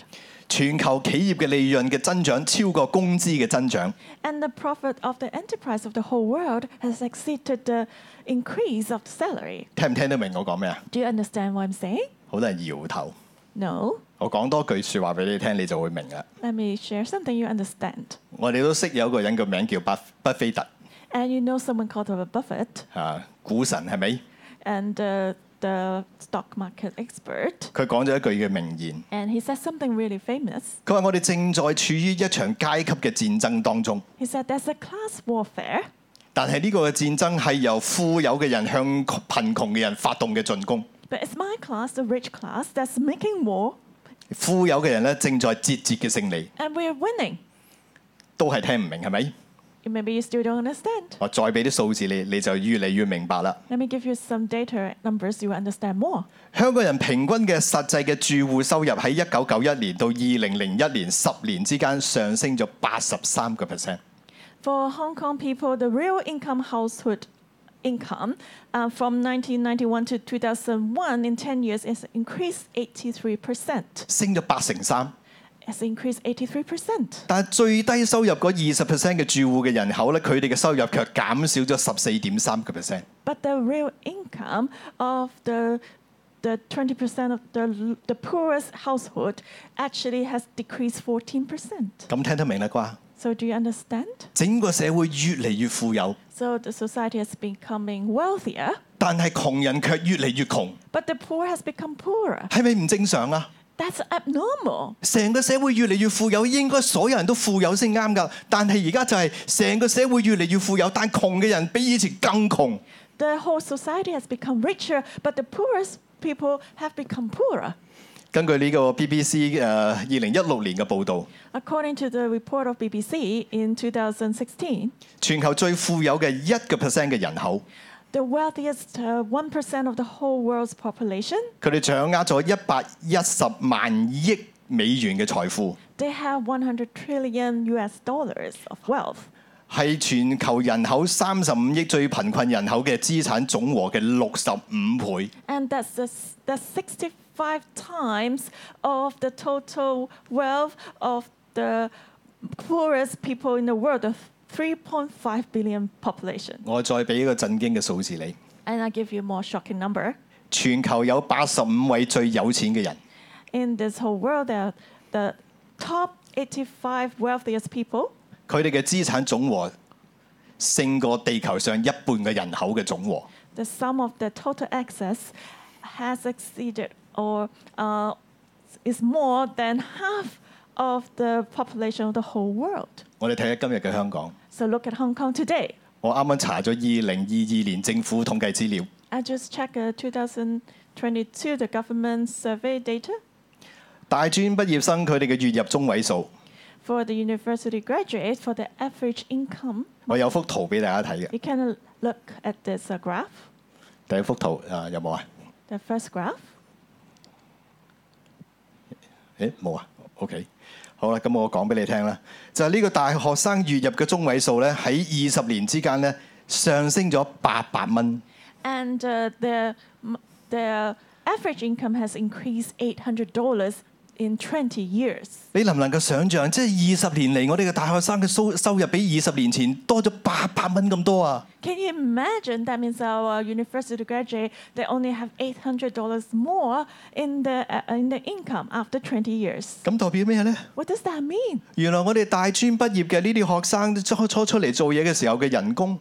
[SPEAKER 2] 全球企業嘅利潤嘅增長超過工資嘅增長，
[SPEAKER 1] and the profit of the enterprise of the whole world has exceeded the increase of the salary.
[SPEAKER 2] 聽唔聽得明我講咩啊？
[SPEAKER 1] Do you understand what I'm saying?
[SPEAKER 2] 好多人搖頭。
[SPEAKER 1] No.
[SPEAKER 2] 我講多句説話俾你聽，你就會明啦。
[SPEAKER 1] Let me share something you understand.
[SPEAKER 2] 我哋都識有個人個名叫巴巴菲特
[SPEAKER 1] And you know someone called Robert Buffett
[SPEAKER 2] 啊，股神係咪？
[SPEAKER 1] and uh, the stock market expert,
[SPEAKER 2] 佢講咗一句嘅名言，
[SPEAKER 1] and he said something really famous.
[SPEAKER 2] 佢話：我哋正在處於一場階級嘅戰爭當中，
[SPEAKER 1] He said there's a class warfare,
[SPEAKER 2] 但係呢個嘅戰爭係由富有嘅人向貧窮嘅人發動嘅進攻。
[SPEAKER 1] but it's my class, the rich class, that's making war,
[SPEAKER 2] 富有嘅人咧正在節節嘅勝利，
[SPEAKER 1] and we're winning.
[SPEAKER 2] 都係聽唔明係咪？
[SPEAKER 1] Maybe you still don't understand.
[SPEAKER 2] 我再俾啲數字你，你就越嚟越明白啦。
[SPEAKER 1] Let me give you some data numbers you will understand more.
[SPEAKER 2] 香港人平均嘅實際嘅住戶收入喺一九九一年到二零零一年十年之間上升咗八十三個 percent。
[SPEAKER 1] For Hong Kong people, the real income household income uh, from 1991 to 2001 in 10 years is increased 83%.
[SPEAKER 2] 升咗八成三，
[SPEAKER 1] It's increased 83%.
[SPEAKER 2] 但係最低收入嗰二十 percent 嘅住戶嘅人口咧，佢哋嘅收入卻減少咗十四點三個 percent。
[SPEAKER 1] But the real income of the the 20% of the, the poorest household actually has decreased 14%.
[SPEAKER 2] 咁聽得明啦啩？
[SPEAKER 1] So do you understand?
[SPEAKER 2] 整個社會越嚟越富有，
[SPEAKER 1] So the society has becoming wealthier,
[SPEAKER 2] 但係窮人卻越嚟越窮，
[SPEAKER 1] but the poor has become poorer.
[SPEAKER 2] 係咪唔正常啊？
[SPEAKER 1] That's abnormal.
[SPEAKER 2] 成個社會越嚟越富有，應該所有人都富有先啱㗎。但係而家就係成個社會越嚟越富有，但窮嘅人比以前更窮。
[SPEAKER 1] The whole society has become richer, but the poorest people have become poorer.
[SPEAKER 2] 根據呢個 BBC 誒呃二零一六年嘅報導，
[SPEAKER 1] According to the report of BBC in 2016,
[SPEAKER 2] 全球最富有嘅一個 percent 嘅人口，
[SPEAKER 1] the wealthiest uh, 1% of the whole world's population,
[SPEAKER 2] 佢哋掌握咗一百一十萬億美元嘅財富，
[SPEAKER 1] they have 100 trillion US dollars of wealth.
[SPEAKER 2] 係全球人口三十五億最貧困人口嘅資產總和嘅六十五倍。
[SPEAKER 1] And that's, the s that's 65 times of the total wealth of the poorest people in the world, of 3.5 billion population.
[SPEAKER 2] 我再俾一個震驚嘅數字你，
[SPEAKER 1] And I give you more shocking number.
[SPEAKER 2] 全球有八十五位最有錢嘅人。
[SPEAKER 1] In this whole world, there are the top 85 wealthiest people.
[SPEAKER 2] 佢哋嘅資產總和勝過地球上一半嘅人口嘅總和。
[SPEAKER 1] The sum of the total access has exceeded or uh, is more than half of the population of the whole world.
[SPEAKER 2] 我哋睇下今日嘅香港，
[SPEAKER 1] So look at Hong Kong today.
[SPEAKER 2] 我啱啱查咗二零二二年政府統計資料，
[SPEAKER 1] I just checked uh, 2022 the government survey data
[SPEAKER 2] 大專畢業生佢哋嘅月入中位數，
[SPEAKER 1] for the university graduates for the average income.
[SPEAKER 2] 我有幅圖俾大家睇嘅。
[SPEAKER 1] You can look at this uh, graph,
[SPEAKER 2] 第一幅圖啊，有冇啊？
[SPEAKER 1] the first graph.
[SPEAKER 2] 誒冇啊，OK。好啦，咁我講俾你聽啦，就係、呢個大學生月入嘅中位數咧，喺二十年之間咧上升咗八百蚊。
[SPEAKER 1] And uh, their, m- their average income has increased $800 in 20 years.
[SPEAKER 2] 你能唔能夠想像，即係二十年嚟，我哋嘅大學生嘅收收入比二十年前多咗八百蚊咁多啊？
[SPEAKER 1] Can you imagine? That means our university graduate, they only have $800 more in the, uh, in the income after 20 years.
[SPEAKER 2] 咁代表咩呢？
[SPEAKER 1] What does that mean?
[SPEAKER 2] 原來我哋大專畢業嘅呢啲學生初初出嚟做嘢嘅時候嘅人工，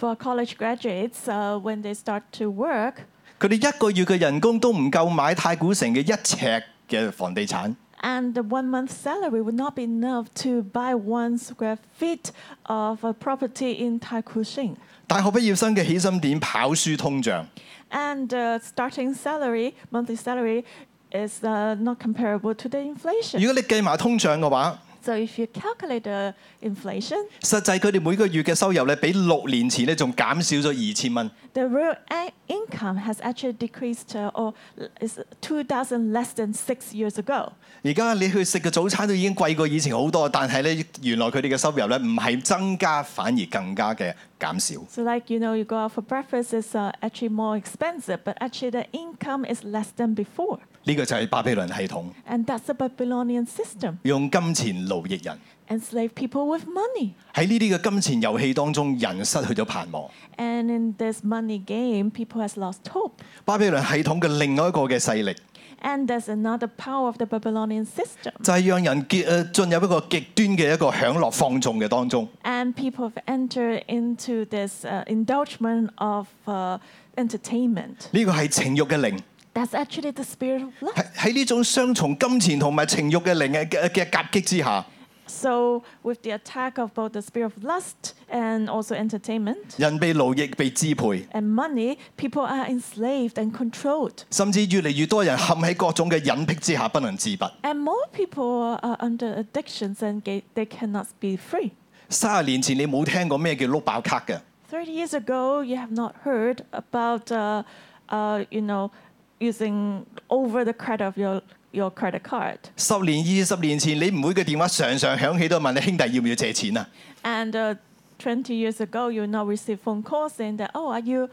[SPEAKER 1] For college graduates, uh, when they start to work,
[SPEAKER 2] 佢哋一個月嘅人工都唔夠買太古城嘅一尺嘅房地產。
[SPEAKER 1] and the one month salary would not be enough to buy one square feet of a property in Taikushing.
[SPEAKER 2] 大學畢業生嘅起薪點跑輸通脹，
[SPEAKER 1] And uh, starting salary, monthly salary, is uh, not comparable to the inflation.
[SPEAKER 2] 如果你計埋通脹嘅話，
[SPEAKER 1] so if you calculate the inflation,
[SPEAKER 2] 實際佢哋每個月嘅收入咧，比六年前咧仲減少咗二千蚊。
[SPEAKER 1] the real a- income has actually decreased uh, or is 2,000 less than six years ago.
[SPEAKER 2] 而家你去食嘅早餐都已經貴過以前好多，但係咧原來佢哋嘅收入咧唔係增加，反而更加嘅減少。
[SPEAKER 1] So like, you know, you go out for breakfast, it's uh, actually more expensive, but actually the income is less than before.
[SPEAKER 2] 呢、個就係巴比倫系統，
[SPEAKER 1] And that's the Babylonian system.
[SPEAKER 2] 用金錢奴役人。
[SPEAKER 1] Enslave people with money.
[SPEAKER 2] 喺呢啲嘅金錢遊戲當中，人失去咗盼望。
[SPEAKER 1] And in this money game, people has lost hope.
[SPEAKER 2] 巴比倫系統嘅另外一個嘅勢力，
[SPEAKER 1] And there's another power of the Babylonian system.
[SPEAKER 2] 就係、讓人結誒進入一個極端嘅一個享樂放縱嘅當中。
[SPEAKER 1] And people have entered into this uh, indulgement of uh, entertainment.
[SPEAKER 2] 呢個係情欲嘅靈，
[SPEAKER 1] That's actually the spirit of lust.
[SPEAKER 2] 喺喺呢種雙重金錢同埋情欲嘅靈嘅嘅嘅夾擊之下，
[SPEAKER 1] So, with the attack of both the spirit of lust and also entertainment
[SPEAKER 2] 人被奴役、被支配，
[SPEAKER 1] and money, people are enslaved and controlled.
[SPEAKER 2] 甚至越嚟越多人陷喺各種嘅隱癖之下，不能自拔。
[SPEAKER 1] And more people are under addictions and ga- they cannot be free.
[SPEAKER 2] 三十年前你冇聽過咩叫碌爆卡嘅，
[SPEAKER 1] 30 years ago, you have not heard about, uh, uh, you know, using over the credit of your, your credit card.
[SPEAKER 2] 十年、二十年前你唔會嘅電話常常響起，都問你兄弟要唔要借錢啊？
[SPEAKER 1] And uh, 20 years ago, you now receive phone calls saying that, oh, are you,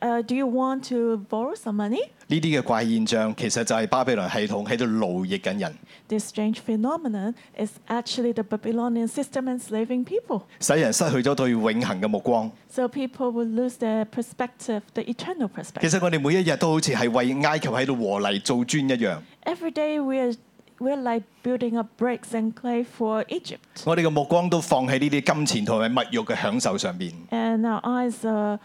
[SPEAKER 1] uh, do you want to borrow some money?
[SPEAKER 2] 呢啲嘅怪現象其實就係巴比倫系統喺度奴役緊人，
[SPEAKER 1] This strange phenomenon is actually the Babylonian system enslaving people.
[SPEAKER 2] 使人失去咗對永恆嘅目光。
[SPEAKER 1] So people will lose their perspective, the eternal
[SPEAKER 2] 其
[SPEAKER 1] perspective.
[SPEAKER 2] 實我哋每一日都好似係為埃及喺度和泥做磚一樣，
[SPEAKER 1] Every day we are, we're like building up bricks and clay for Egypt.
[SPEAKER 2] 我哋嘅目光都放喺呢啲金錢同埋物欲嘅享受上邊。
[SPEAKER 1] And our eyes are,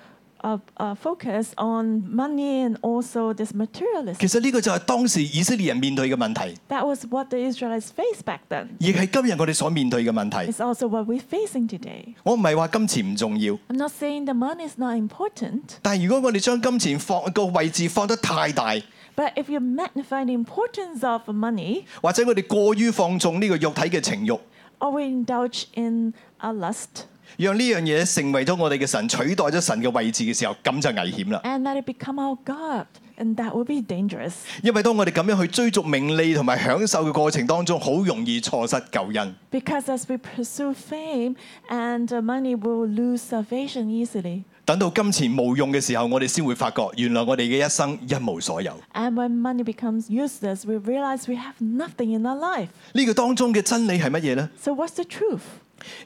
[SPEAKER 1] are, are focused on money and also this materialism.
[SPEAKER 2] 其實呢個就係當時以色列人面對嘅問題，
[SPEAKER 1] That was what the Israelites faced back then.
[SPEAKER 2] 亦係今日我哋所面對嘅問題。
[SPEAKER 1] It's also what we're facing today.
[SPEAKER 2] 我唔係話金錢唔重要，
[SPEAKER 1] I'm not saying the money is not important,
[SPEAKER 2] 但係如果我哋將金錢放個位置放得太大，
[SPEAKER 1] but if you magnify the importance of money,
[SPEAKER 2] 或者我哋過於放縱呢個肉體嘅情慾，
[SPEAKER 1] or we indulge in our lust,
[SPEAKER 2] 讓呢樣嘢成為咗我哋嘅神，取代咗神嘅位置嘅時候，咁就危險啦。
[SPEAKER 1] and let it become our God, and that will be dangerous.
[SPEAKER 2] 因為當我哋咁樣去追逐名利同埋享受嘅過程當中，好容易錯失救恩。
[SPEAKER 1] Because as we pursue fame and uh, money, we will lose salvation easily.
[SPEAKER 2] 等到金錢無用嘅時候，我哋先會發覺，原來我哋嘅一生一無所有。
[SPEAKER 1] And when money becomes useless, we realize we have nothing in our life.
[SPEAKER 2] 呢、個當中嘅真理係乜嘢呢？
[SPEAKER 1] So, what's the truth?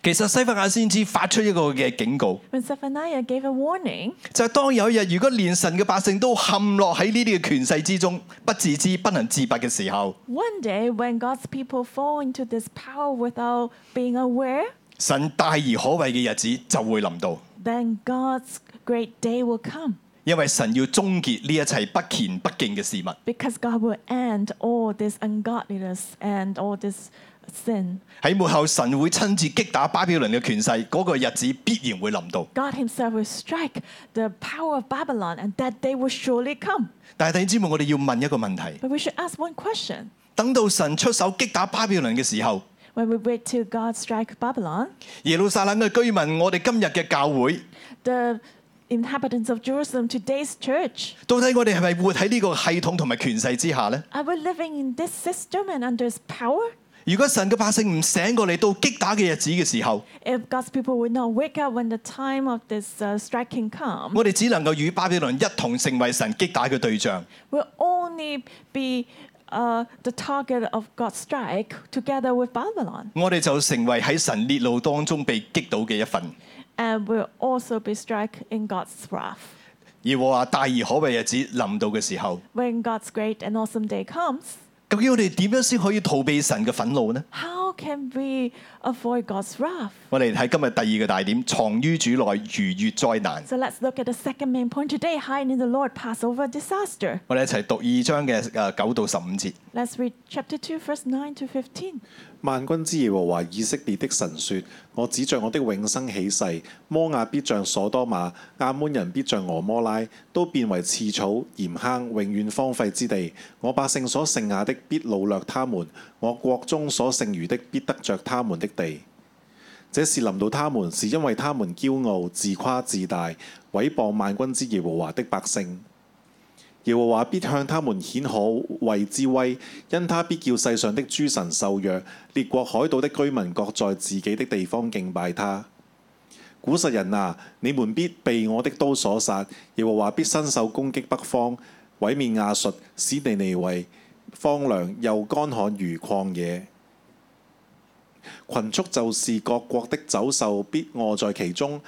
[SPEAKER 2] 其實西法亞先知發出一個嘅警告，
[SPEAKER 1] When Zephaniah gave a warning,
[SPEAKER 2] 就係、當有一日，如果連神嘅百姓都陷落喺呢啲嘅權勢之中，不自知、不能自拔嘅時候，
[SPEAKER 1] one day when God's people fall into this power without being aware,
[SPEAKER 2] 神大而可畏嘅日子就會臨到，
[SPEAKER 1] then God's great day will come
[SPEAKER 2] 因為神要終結呢一切不虔不敬嘅事物。
[SPEAKER 1] because God will end all this ungodliness and all this sin.
[SPEAKER 2] 喺末後，神會親自擊打巴比倫嘅權勢，嗰、個日子必然會臨到。
[SPEAKER 1] God Himself will strike the power of Babylon, and that day will surely come.
[SPEAKER 2] 但係弟兄姊妹，我哋要問一個問題：
[SPEAKER 1] But we should ask one question.
[SPEAKER 2] 等到神出手擊打巴比倫嘅時候，
[SPEAKER 1] When we wait till God strike Babylon,
[SPEAKER 2] 耶路撒冷嘅居民，我哋今日嘅教會，
[SPEAKER 1] the inhabitants of Jerusalem, today's church?
[SPEAKER 2] 到底我哋係咪活喺呢個系統同埋權勢之下呢？
[SPEAKER 1] Are we living in this system and under its power?
[SPEAKER 2] 如果神嘅百姓唔醒過嚟到擊打嘅日子嘅時候，
[SPEAKER 1] If God's people would not wake up when the time of this uh, striking comes,
[SPEAKER 2] 我哋只能夠與巴比倫一同成為神擊打嘅對象。
[SPEAKER 1] we'll only be uh, the target of God's strike together with Babylon.
[SPEAKER 2] 我哋就成為喺神烈怒當中被擊倒嘅一份。
[SPEAKER 1] And we'll also be struck in God's wrath.
[SPEAKER 2] 而我話大而可畏日子臨到嘅時候，
[SPEAKER 1] When God's great and awesome day comes,
[SPEAKER 2] 究竟我哋點樣先可以逃避神嘅憤怒呢？
[SPEAKER 1] how can we avoid God's wrath?
[SPEAKER 2] 我哋睇今日第二個大點：藏於主內逾越災難。
[SPEAKER 1] So let's look at the second main point today hiding in the Lord, Passover disaster.
[SPEAKER 2] 我哋一齊讀二章嘅誒九到十五節。
[SPEAKER 1] Let's read chapter 2, verse 9 to 15.
[SPEAKER 3] 萬軍之耶和華以色列的神說：我指着我的永生起誓，摩亞必像所多瑪，亞捫人必像俄摩拉，都變為刺草、鹽坑，永遠荒廢之地。我百姓所剩下的必擄掠他們，我國中所剩餘的必得着他們的地。這是臨到他們，是因為他們驕傲、自誇自大，毀謗萬軍之耶和華的百姓。耶和華必向他們顯可畏之威，因他必叫世上的諸神受弱，列國海島的居民各在自己的地方敬拜他。古實人啊，你們必被我的刀所殺，耶和華必伸手攻擊北方，毀滅亞述，使尼尼為荒涼又乾旱如曠野。群畜就是各國的走獸，必卧在其中；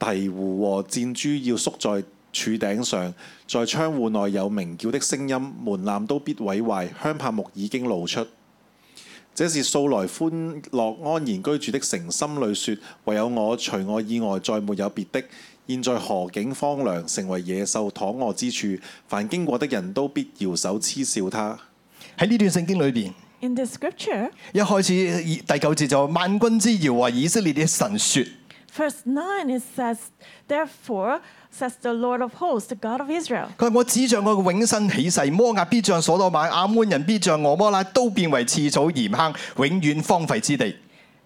[SPEAKER 3] 鵜鶘和箭豬要縮在柱頂上，在窗户內有鳴叫的聲音，門檻都必毀壞，香柏木已經露出。這是素來歡樂安然居住的城，心裏說：唯有我，除我以外，再沒有別的。現在何竟荒涼，成為野獸躺卧之處，凡經過的人都必搖手嗤笑他。
[SPEAKER 2] 喺呢段聖經裏邊，
[SPEAKER 1] In this scripture,
[SPEAKER 2] 一開始第九節就話萬軍之耶和華以色列的神説。
[SPEAKER 1] verse 9, it says, Therefore, says the Lord of hosts, the God of Israel,
[SPEAKER 2] 佢話：我指着我嘅永生起誓，摩押必像所多瑪，亞捫人必像俄摩拉，都變為刺草鹽坑，永遠荒廢之地。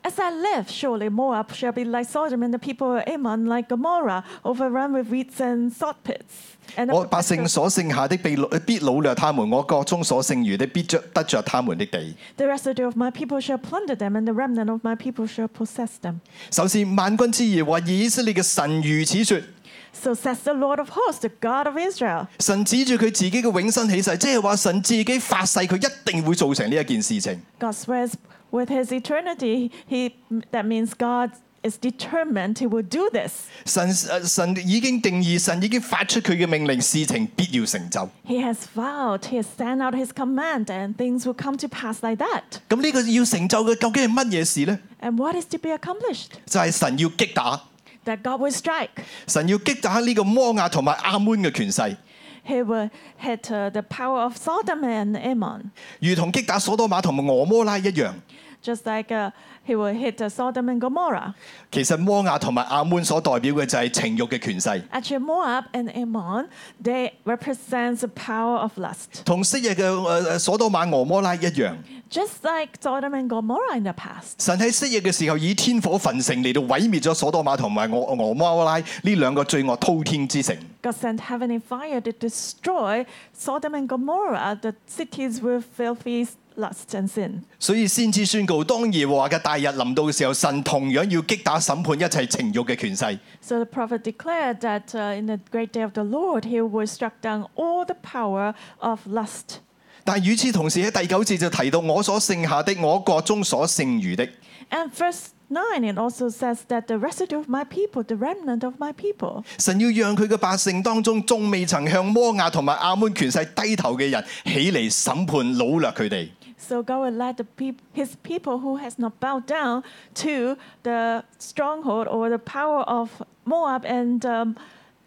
[SPEAKER 1] As I live, surely Moab shall be like Sodom, and the people of Ammon like Gomorrah, overrun with weeds and salt pits. And
[SPEAKER 2] 我百姓所剩下的被擄必擄掠他們，我國中所剩餘的必着得着他們的地。
[SPEAKER 1] the residue of my people shall plunder them, and the remnant of my people shall possess them.
[SPEAKER 2] 首先，萬軍之耶和華以色列嘅神如此說：
[SPEAKER 1] So says the Lord of hosts, the God of Israel.
[SPEAKER 2] 神指住佢自己嘅永生起誓，即係話神自己發誓，佢一定會做成呢一件事情。
[SPEAKER 1] God swears with his eternity, he, that means God is determined he will do this.
[SPEAKER 2] 神呃神已經定義，神已經發出佢嘅命令，事情必要成就。
[SPEAKER 1] He has vowed, he has sent out his command, and things will come to pass like that.
[SPEAKER 2] 咁呢個要成就嘅究竟係乜嘢事呢？
[SPEAKER 1] And what is to be accomplished?
[SPEAKER 2] 就係、神要擊打。
[SPEAKER 1] That God will strike.
[SPEAKER 2] 神要擊打呢個摩亞同埋亞捫嘅權勢，
[SPEAKER 1] He will hit uh, the power of Sodom and Ammon,
[SPEAKER 2] 如同擊打所多瑪同埋俄摩拉一樣。
[SPEAKER 1] just like uh, he will hit uh, Sodom and Gomorrah.
[SPEAKER 2] 其實摩亞同埋亞捫所代表嘅就係情慾嘅權勢，
[SPEAKER 1] Actually, Moab and Ammon, they represent the power of lust,
[SPEAKER 2] 同昔日嘅誒所多瑪、俄摩拉一樣。
[SPEAKER 1] just like Sodom and Gomorrah in the past.
[SPEAKER 2] 神喺昔日嘅時候以天火焚城嚟到毀滅咗所多瑪同埋俄俄摩拉呢兩個罪惡滔天之城。
[SPEAKER 1] God sent heavenly fire to destroy Sodom and Gomorrah, the cities with filthy lust and sin.
[SPEAKER 2] 所以先至宣告，當耶和華嘅大日臨到嘅時候，神同樣要擊打審判一切情慾嘅權勢。
[SPEAKER 1] So the prophet declared that uh, in the great day of the Lord, he will strike down all the power of lust.
[SPEAKER 2] 但與此同時喺第九節就提到，我所剩下的，我國中所剩餘的。
[SPEAKER 1] And verse 9, it also says that the residue of my people, the remnant of my people,
[SPEAKER 2] 神要讓佢嘅百姓當中，仲未曾向摩亞同埋亞捫權勢低頭嘅人起嚟審判擄掠佢哋。
[SPEAKER 1] So God will let the peop- his people who has not bowed down to the stronghold or the power of Moab and um,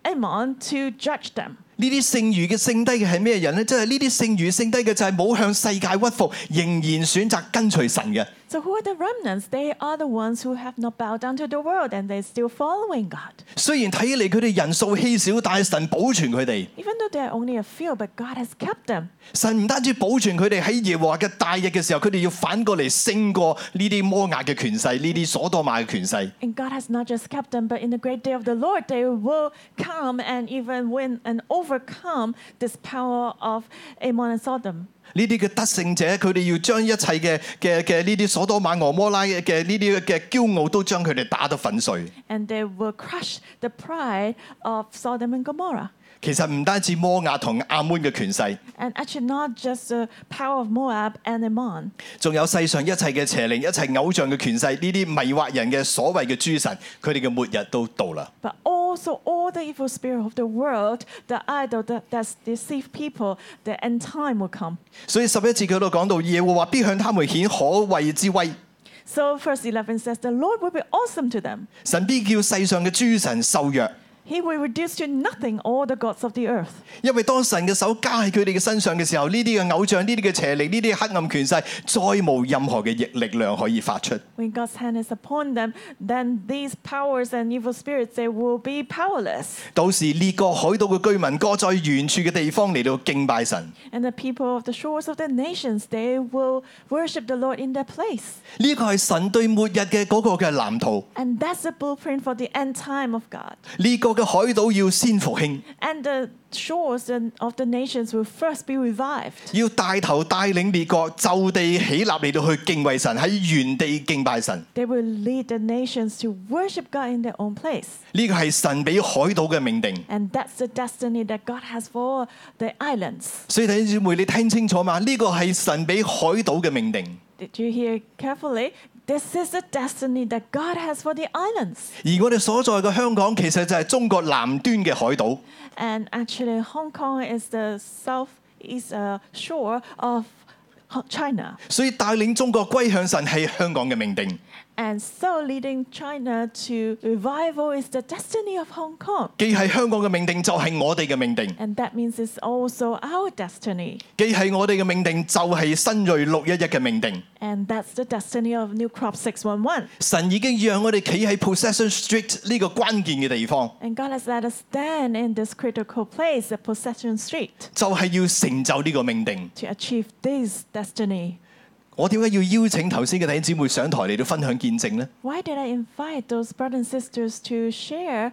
[SPEAKER 1] Ammon to judge them.
[SPEAKER 2] 呢啲剩餘嘅剩低嘅係咩人呢？即係呢啲剩餘剩低嘅就係冇向世界屈服，仍然選擇跟隨神嘅。
[SPEAKER 1] So who are the remnants? They are the ones who have not bowed down to the world and they're still following God.
[SPEAKER 2] 雖然睇起嚟佢哋人數稀少，但係神保存佢哋。
[SPEAKER 1] Even though they're only a few, but God has kept them.
[SPEAKER 2] 神唔單止保存佢哋喺耶和華嘅大日嘅時候，佢哋要反過嚟勝過呢啲摩押嘅權勢，呢啲所多瑪嘅權勢。
[SPEAKER 1] And God has not just kept them, but in the great day of the Lord, they will come and even win and overcome this power of Ammon and Sodom.
[SPEAKER 2] 呢啲嘅得勝者，佢哋要將一切嘅嘅嘅呢啲所多瑪、俄摩拉嘅嘅呢啲嘅驕傲，都將佢哋打得粉碎。
[SPEAKER 1] And they will crush the pride of Sodom and Gomorrah.
[SPEAKER 2] 其實唔單止摩押同亞捫嘅權勢，
[SPEAKER 1] And actually, not just the power of Moab and Ammon,
[SPEAKER 2] 仲有世上一切嘅邪靈、一切偶像嘅權勢，呢啲迷惑人嘅所謂嘅諸神，佢哋嘅末日都到啦。
[SPEAKER 1] but also all the evil spirit of the world, the idol that that's deceive people, the end time will come.
[SPEAKER 2] 所以十一節佢度講到耶和華必向他們顯可畏之威，
[SPEAKER 1] So verse 11 says, The Lord will be awesome to them.
[SPEAKER 2] 神必叫世上嘅諸神受弱。
[SPEAKER 1] He will reduce to nothing all the gods of the earth.
[SPEAKER 2] 因為當神嘅手加喺佢哋嘅身上嘅時候，呢啲嘅偶像、呢啲嘅邪靈、呢啲嘅黑暗權勢，再無任何嘅力力量可以發出。
[SPEAKER 1] When God's hand is upon them, then these powers and evil spirits they will be powerless.
[SPEAKER 2] 到時列國海島嘅居民，各在原處嘅地方嚟到敬拜神。
[SPEAKER 1] And the people of the shores of the nations they will worship the Lord in their place.
[SPEAKER 2] 呢個係神對末日嘅嗰個嘅藍圖。
[SPEAKER 1] And that's the blueprint for the end time of God.
[SPEAKER 2] 列國嘅海島要先復興，
[SPEAKER 1] And the shores and- of the nations will first be revived.
[SPEAKER 2] 要帶頭帶領列國就地起立嚟到去敬畏神，喺原地敬拜神。
[SPEAKER 1] They will lead the nations to worship God in their own place.
[SPEAKER 2] 呢個係神俾海島嘅命定。
[SPEAKER 1] And that's the destiny that God has for the islands.
[SPEAKER 2] 所以弟兄姊妹，你聽清楚嘛？呢個係神俾海島嘅命定。
[SPEAKER 1] Did you hear carefully? This is the destiny that God has for the islands.
[SPEAKER 2] 而我哋所在嘅香港其實就係中國南端嘅海島，
[SPEAKER 1] And actually, Hong Kong is the southeast uh, shore of Ho- China.
[SPEAKER 2] 所以帶領中國歸向神係香港嘅命定。
[SPEAKER 1] And so, leading China to revival is the destiny of Hong Kong.
[SPEAKER 2] 既係香港嘅命定，就係我哋嘅命定；
[SPEAKER 1] And that means it's also our destiny.
[SPEAKER 2] 既係我哋嘅命定，就係新锐六一一嘅命定。
[SPEAKER 1] And that's the destiny of New Crop 611.
[SPEAKER 2] 神已經讓我哋企喺 Possession Street 呢個關鍵嘅地方，
[SPEAKER 1] And God has let us stand in this critical place, the Possession Street,
[SPEAKER 2] 就係要成就呢個命定。
[SPEAKER 1] to achieve this destiny.
[SPEAKER 2] 我點解要邀請頭先嘅弟兄姊妹上台嚟到分享見證呢？
[SPEAKER 1] Why did I invite those brothers and sisters to share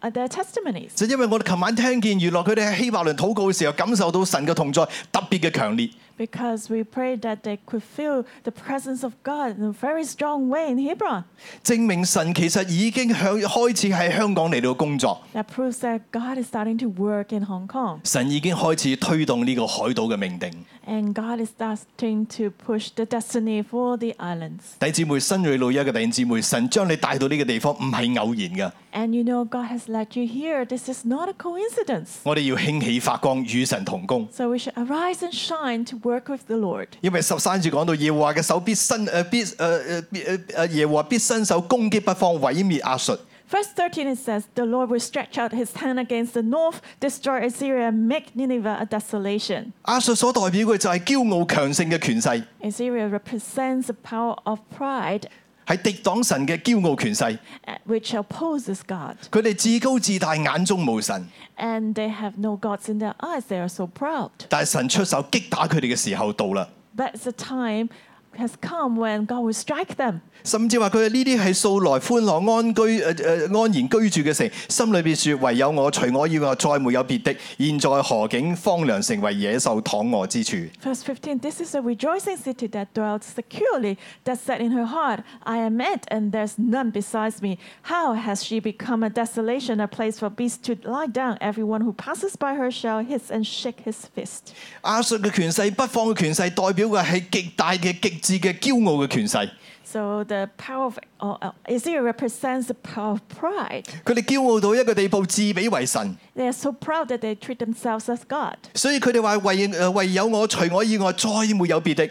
[SPEAKER 1] uh, their testimonies?
[SPEAKER 2] 就因為我哋琴晚聽見，原來佢哋喺希伯倫禱告嘅時候，感受到神嘅同在特別嘅強烈。
[SPEAKER 1] Because we prayed that they could feel the presence of God in a very strong way in Hebron.
[SPEAKER 2] 證明神其實已經向開始喺香港嚟到工作，
[SPEAKER 1] That proves that God is starting to work in Hong Kong
[SPEAKER 2] 神已經開始推動呢個海島嘅命定。
[SPEAKER 1] and God is starting to push the destiny for the islands.
[SPEAKER 2] 弟兄姊妹，新锐老一嘅弟兄姊妹，神將你帶到呢個地方唔係偶然嘅，
[SPEAKER 1] And you know, God has led you here. This is not a coincidence.
[SPEAKER 2] 我哋要興起發光，與神同工。
[SPEAKER 1] So we should arise and shine to work with the Lord.
[SPEAKER 2] 因為十三節講到耶和華嘅手必伸誒、呃必誒誒必誒誒耶和華必伸手攻擊北方，毀滅亞述。
[SPEAKER 1] Verse 13 it says, The Lord will stretch out his hand against the north, destroy Assyria, and make Nineveh a desolation.
[SPEAKER 2] 亞述所代表嘅就係驕傲強盛嘅權勢，
[SPEAKER 1] Assyria represents the power of pride,
[SPEAKER 2] 係敵擋神嘅驕傲權勢。
[SPEAKER 1] uh, which opposes God.
[SPEAKER 2] 佢哋自高自大，眼中無神。
[SPEAKER 1] and they have no gods in their eyes. They are so proud.
[SPEAKER 2] 但係神出手擊打佢哋嘅時候到啦。
[SPEAKER 1] But the time has come when God will strike them.
[SPEAKER 2] 甚至話佢哋呢啲係素來歡樂安居誒誒、呃安然居住嘅城，心裏邊説唯有我，除我以外再沒有別的。現在何竟荒涼，成為野獸躺卧之處。
[SPEAKER 1] Verse 15 This is a rejoicing city that dwelt securely, that said in her heart, I am it, and there's none besides me. How has she become a desolation, a place for beasts to lie down? Everyone who passes by her shall hiss and shake his fist.
[SPEAKER 2] 亞述嘅權勢、北方嘅權勢，代表嘅係極大嘅、極致嘅驕傲嘅權勢。
[SPEAKER 1] So the power of uh, uh, Assyria represents the power of pride.
[SPEAKER 2] 佢哋驕傲到一個地步，自比為神。
[SPEAKER 1] They are so proud that they treat themselves as God.
[SPEAKER 2] 所以佢哋話唯誒唯有我，除我以外再沒有別的。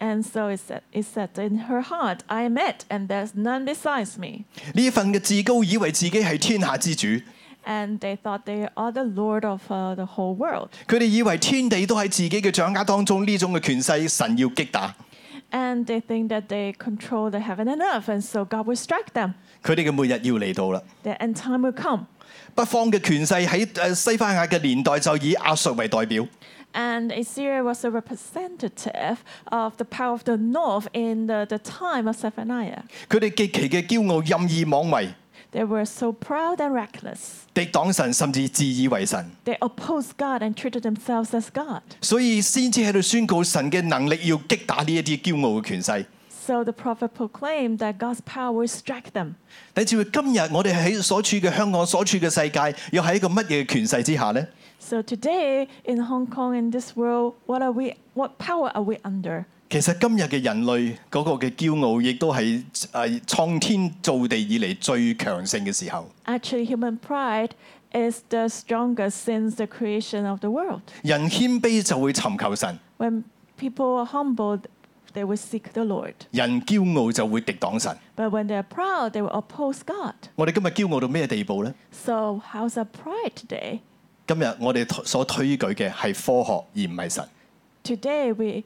[SPEAKER 1] And so it said, it said in her heart, I am it, and there's none besides me.
[SPEAKER 2] 呢份嘅自高，以為自己係天下之主。
[SPEAKER 1] and they thought they are the Lord of uh, the whole world.
[SPEAKER 2] 佢哋以為天地都喺自己嘅掌握當中，呢種嘅權勢神要擊打。
[SPEAKER 1] And they think that they control the heaven and earth, and so God will strike them.
[SPEAKER 2] 佢哋嘅末日要嚟到啦。
[SPEAKER 1] The end time will come.
[SPEAKER 2] 北方嘅權勢喺誒西班牙嘅年代就以亞述為代表，
[SPEAKER 1] And Assyria was a representative of the power of the north in the, the time of Zephaniah.
[SPEAKER 2] 佢哋極其嘅驕傲、任意妄為、
[SPEAKER 1] They were so proud and reckless.
[SPEAKER 2] 敵擋神，甚至自以為神，
[SPEAKER 1] They opposed God and treated themselves as God.
[SPEAKER 2] 所以先至喺度宣告神嘅能力要擊打呢一啲驕傲嘅權勢。
[SPEAKER 1] So the prophet proclaimed that God's power will strike them.
[SPEAKER 2] 弟兄姊妹今日我哋喺所處嘅香港、所處嘅世界，又喺一個乜嘢嘅權勢之下呢？
[SPEAKER 1] So today in Hong Kong in this world, what are we what power are we under?
[SPEAKER 2] 其實今日嘅人類嗰個嘅驕傲，亦都係誒創天造地以嚟最強盛嘅時候。
[SPEAKER 1] Actually human pride is the strongest since the creation of the world.
[SPEAKER 2] 人謙卑就會尋求神，
[SPEAKER 1] When people are humbled, they will seek the Lord.
[SPEAKER 2] 人驕傲就會敵擋神。
[SPEAKER 1] But when they're proud, they will oppose God.
[SPEAKER 2] 我哋今日驕傲到咩地步呢？
[SPEAKER 1] So how's our pride today?
[SPEAKER 2] 今日我哋所推舉嘅係科學而唔係神。
[SPEAKER 1] Today we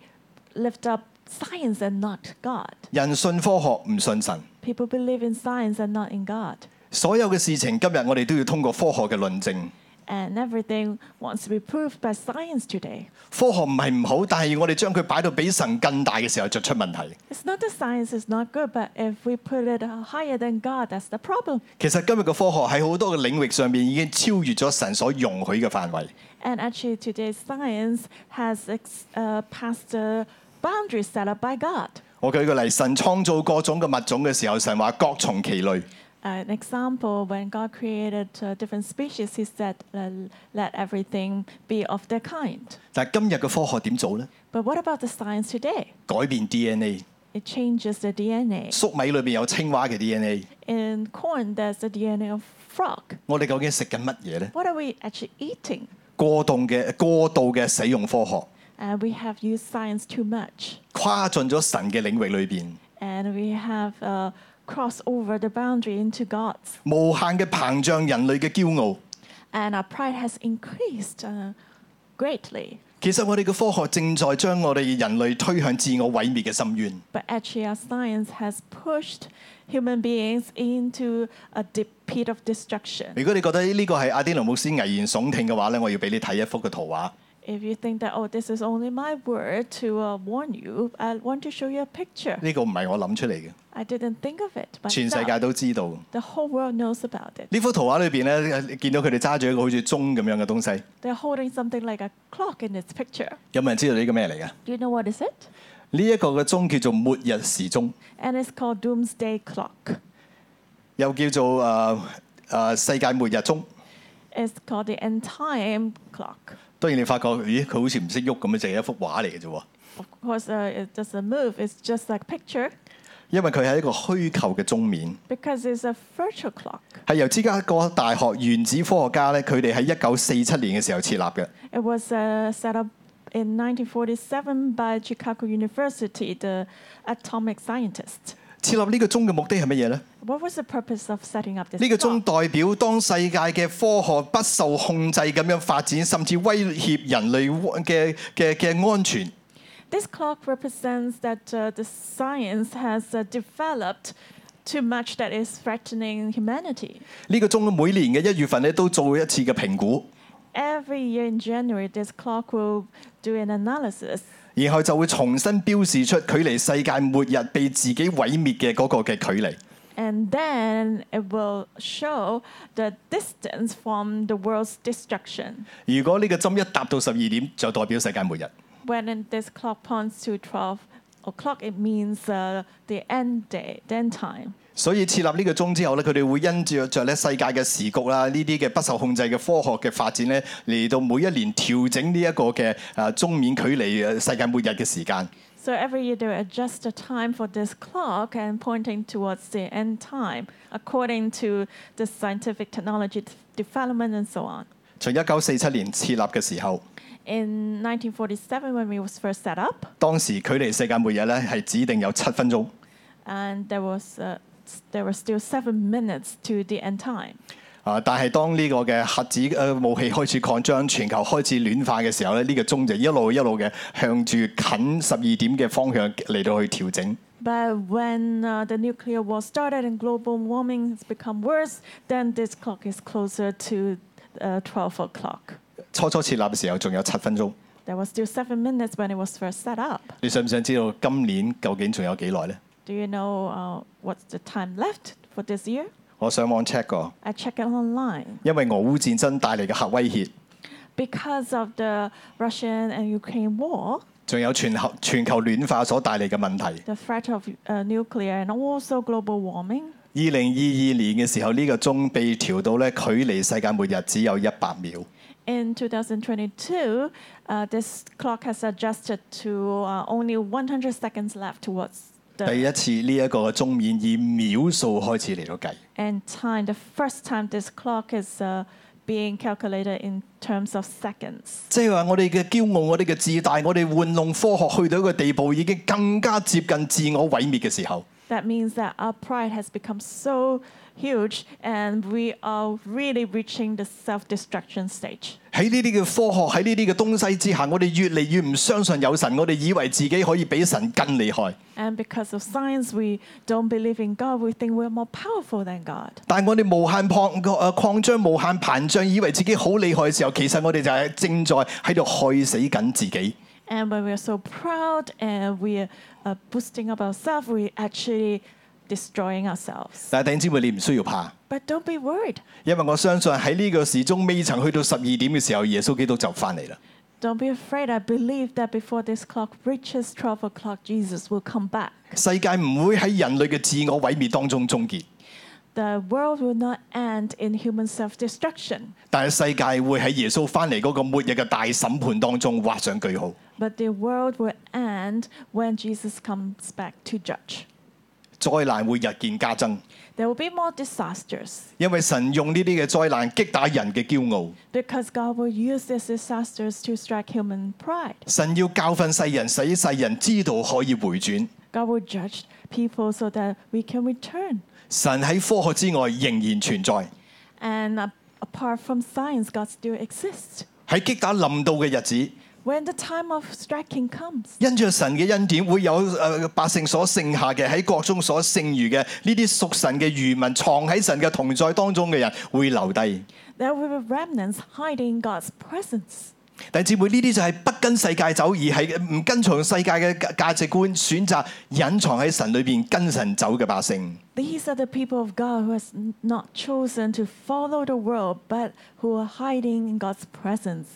[SPEAKER 1] lift up science and not God.
[SPEAKER 2] 人信科學唔信神，
[SPEAKER 1] People believe in science and not in God.
[SPEAKER 2] 所有嘅事情今日我哋都要通過科學嘅論證。
[SPEAKER 1] And everything wants to be proved by science today.
[SPEAKER 2] 科學唔係唔好，但係我哋將佢擺到比神更大嘅時候就出問題。
[SPEAKER 1] It's not that science is not good, but if we put it uh, higher than God, that's the problem.
[SPEAKER 2] 其實今日嘅科學喺好多嘅領域上面已經超越咗神所容許嘅範圍。
[SPEAKER 1] And actually, today's science has ex- uh, passed the boundaries set up by God.
[SPEAKER 2] 我舉個例，神創造各種嘅物種嘅時候，神話各從其類。
[SPEAKER 1] Uh, An example, when God created uh, different species, He said, uh, let everything be of their kind.
[SPEAKER 2] 但係今日嘅科學點做呢？
[SPEAKER 1] But what about the science today?
[SPEAKER 2] 改變 DNA，
[SPEAKER 1] It changes the DNA.
[SPEAKER 2] 粟米裏面有青蛙嘅 DNA。
[SPEAKER 1] In corn, there's the DNA of frog.
[SPEAKER 2] 我哋究竟食緊乜嘢呢？
[SPEAKER 1] What are we actually eating?
[SPEAKER 2] 過度嘅過度嘅使用科學，
[SPEAKER 1] And Uh, we have used science too much.
[SPEAKER 2] 跨進咗神嘅領域裏邊，
[SPEAKER 1] And we have uh, crossed over the boundary into God's.
[SPEAKER 2] 無限嘅膨脹人類嘅驕傲。
[SPEAKER 1] And our pride has increased uh, greatly.
[SPEAKER 2] 其實我哋嘅科學正在將我哋人類推向自我毀滅嘅深淵。
[SPEAKER 1] But actually, our science has pushed human beings into a deep pit of destruction.
[SPEAKER 2] 如果你覺得呢個係阿迪奴姆斯危言聳聽嘅話咧，我要俾你睇一幅嘅圖畫。
[SPEAKER 1] If you think that, oh, this is only my word to uh, warn you, I want to show you a picture.
[SPEAKER 2] 呢、個唔係我諗出嚟嘅，
[SPEAKER 1] I didn't think of it.
[SPEAKER 2] 全世界
[SPEAKER 1] myself.
[SPEAKER 2] 都知道。
[SPEAKER 1] The whole world knows about it.
[SPEAKER 2] 呢幅圖畫裏邊咧，你見到佢哋揸住一個好似鐘咁樣嘅東西。
[SPEAKER 1] They're holding something like a clock in this picture.
[SPEAKER 2] 有冇人知道呢個咩嚟嘅？
[SPEAKER 1] Do you know what is it?
[SPEAKER 2] 呢、一個嘅鐘叫做末日時鐘，
[SPEAKER 1] And it's called Doomsday Clock.
[SPEAKER 2] 又叫做誒誒、呃呃世界末日鐘。
[SPEAKER 1] It's called the end time clock.
[SPEAKER 2] 當然你發覺，咦，佢好似唔識喐咁樣，就係一幅畫嚟嘅啫喎。
[SPEAKER 1] Of course, uh, it doesn't move. It's just like picture
[SPEAKER 2] 因為佢係一個虛構嘅鐘面，
[SPEAKER 1] because it's a virtual clock.
[SPEAKER 2] 係由芝加哥大學原子科學家咧，佢哋喺一九四七年嘅時候設立嘅。
[SPEAKER 1] It was uh, set up in 1947 by Chicago University, the atomic scientist.
[SPEAKER 2] 設立呢個鐘嘅目的係乜嘢呢？
[SPEAKER 1] What was the purpose of setting up this
[SPEAKER 2] 呢個鐘
[SPEAKER 1] clock?
[SPEAKER 2] 代表當世界嘅科學不受控制咁樣發展，甚至威脅人類嘅嘅嘅安全。
[SPEAKER 1] This clock represents that uh, the science has uh, developed too much that is threatening humanity.
[SPEAKER 2] 呢個鐘每年嘅一月份咧都做一次嘅評估，
[SPEAKER 1] Every year in January, this clock will do an analysis
[SPEAKER 2] 然後就會重新標示出距離世界末日被自己毀滅嘅嗰個嘅距離。
[SPEAKER 1] and then it will show the distance from the world's destruction.
[SPEAKER 2] 如果呢個針一搭到十二點，就代表世界末日。
[SPEAKER 1] When it- this clock points to 12 o'clock, it means uh, the end day, the end time.
[SPEAKER 2] 所以設立呢個鐘之後咧，佢哋會因著着咧世界嘅時局啦，呢啲嘅不受控制嘅科學嘅發展咧，嚟到每一年調整呢一個嘅誒鐘面距離呃世界末日嘅時間。
[SPEAKER 1] So every year they will adjust the time for this clock and pointing towards the end time according to the scientific technology d- development and so on.
[SPEAKER 2] 從一九四七年設立嘅時候，
[SPEAKER 1] In 1947, when it was first set up,
[SPEAKER 2] 當時距離世界末日咧係指定有七分鐘。
[SPEAKER 1] and there was uh, s- there were still seven minutes to the end time.
[SPEAKER 2] 啊、啊！但係當呢個嘅核子誒武器開始擴張，全球開始暖化嘅時候咧，呢、個鐘就一路一路嘅向住近十二點嘅方向嚟到去調整。
[SPEAKER 1] But when uh, the nuclear war started and global warming has become worse, then this clock is closer to uh, 12 o'clock.
[SPEAKER 2] 初初設立嘅時候仲有七分鐘，
[SPEAKER 1] There was still seven minutes when it was first set up.
[SPEAKER 2] 你想唔想知道今年究竟仲有幾耐呢？
[SPEAKER 1] Do you know uh, what's the time left for this year?
[SPEAKER 2] 我上網 check 過，
[SPEAKER 1] I checked it online
[SPEAKER 2] 因為俄烏戰爭帶嚟嘅核威脅，
[SPEAKER 1] because of the Russian and Ukraine war,
[SPEAKER 2] 仲有全球全球暖化所帶嚟嘅問題。
[SPEAKER 1] the threat of uh, nuclear and also global warming.
[SPEAKER 2] 二零二二年嘅時候，呢、個鐘被調到咧，距離世界末日只有一百秒。
[SPEAKER 1] In 2022, uh, this clock has adjusted to uh, only 100 seconds left towards
[SPEAKER 2] 第
[SPEAKER 1] the
[SPEAKER 2] 一次呢一個鐘面以秒數開始嚟到計，
[SPEAKER 1] end time. The first time this clock is uh, being calculated in terms of seconds.
[SPEAKER 2] 即係話我哋嘅驕傲、我哋嘅自大、我哋玩弄科學去到一個地步，已經更加接近自我毀滅嘅時候。
[SPEAKER 1] That means that our pride has become so huge and we are really reaching the self destruction stage.
[SPEAKER 2] 喺呢啲嘅科學，喺呢啲嘅東西之下，我哋越嚟越唔相信有神，我哋以為自己可以比神更厲害。
[SPEAKER 1] And because of science, we don't believe in God. We think we're more powerful than God.
[SPEAKER 2] 但我哋無限擴誒擴張、無限膨脹，以為自己好厲害嘅時候，其實我哋就係正在喺度害死緊自己。
[SPEAKER 1] And when we are so proud and we are uh, boosting up ourselves, we actually destroying ourselves.
[SPEAKER 2] 但係弟兄姊妹，你唔需要怕，
[SPEAKER 1] But don't be worried.
[SPEAKER 2] 因為我相信喺呢個時鐘未曾去到十二點嘅時候，耶穌基督就翻嚟啦。
[SPEAKER 1] Don't be afraid. I believe that before this clock reaches 12 o'clock, Jesus will come back.
[SPEAKER 2] 世界唔會喺人類嘅自我毀滅當中終結，
[SPEAKER 1] The world will not end in human self destruction,
[SPEAKER 2] 但係世界會喺耶穌翻嚟嗰個末日嘅大審判當中畫上句號。
[SPEAKER 1] but the world will end when Jesus comes back to judge.
[SPEAKER 2] 災難會日見加增，
[SPEAKER 1] There will be more disasters
[SPEAKER 2] 因為神用呢啲嘅災難擊打人嘅驕傲，
[SPEAKER 1] because God will use these disasters to strike human pride.
[SPEAKER 2] 神要教訓世人，使世人知道可以回轉。
[SPEAKER 1] God will judge people so that we can return.
[SPEAKER 2] 神喺科學之外仍然存在。
[SPEAKER 1] And a- apart from science, God still exists.
[SPEAKER 2] 喺擊打臨到嘅日子，
[SPEAKER 1] When the time of striking comes,
[SPEAKER 2] 因着神嘅恩典，會有誒、百姓所剩下嘅喺國中所剩餘嘅呢啲屬神嘅餘民，藏喺神嘅同在當中嘅人會留低。
[SPEAKER 1] there will be remnants hiding in God's presence.
[SPEAKER 2] 弟兄姊妹，呢啲就係不跟世界走，而係唔跟從世界嘅價價值觀，選擇隱藏喺神裏邊跟神走嘅百姓。
[SPEAKER 1] These are the people of God who has n- not chosen to follow the world, but who are hiding in God's presence.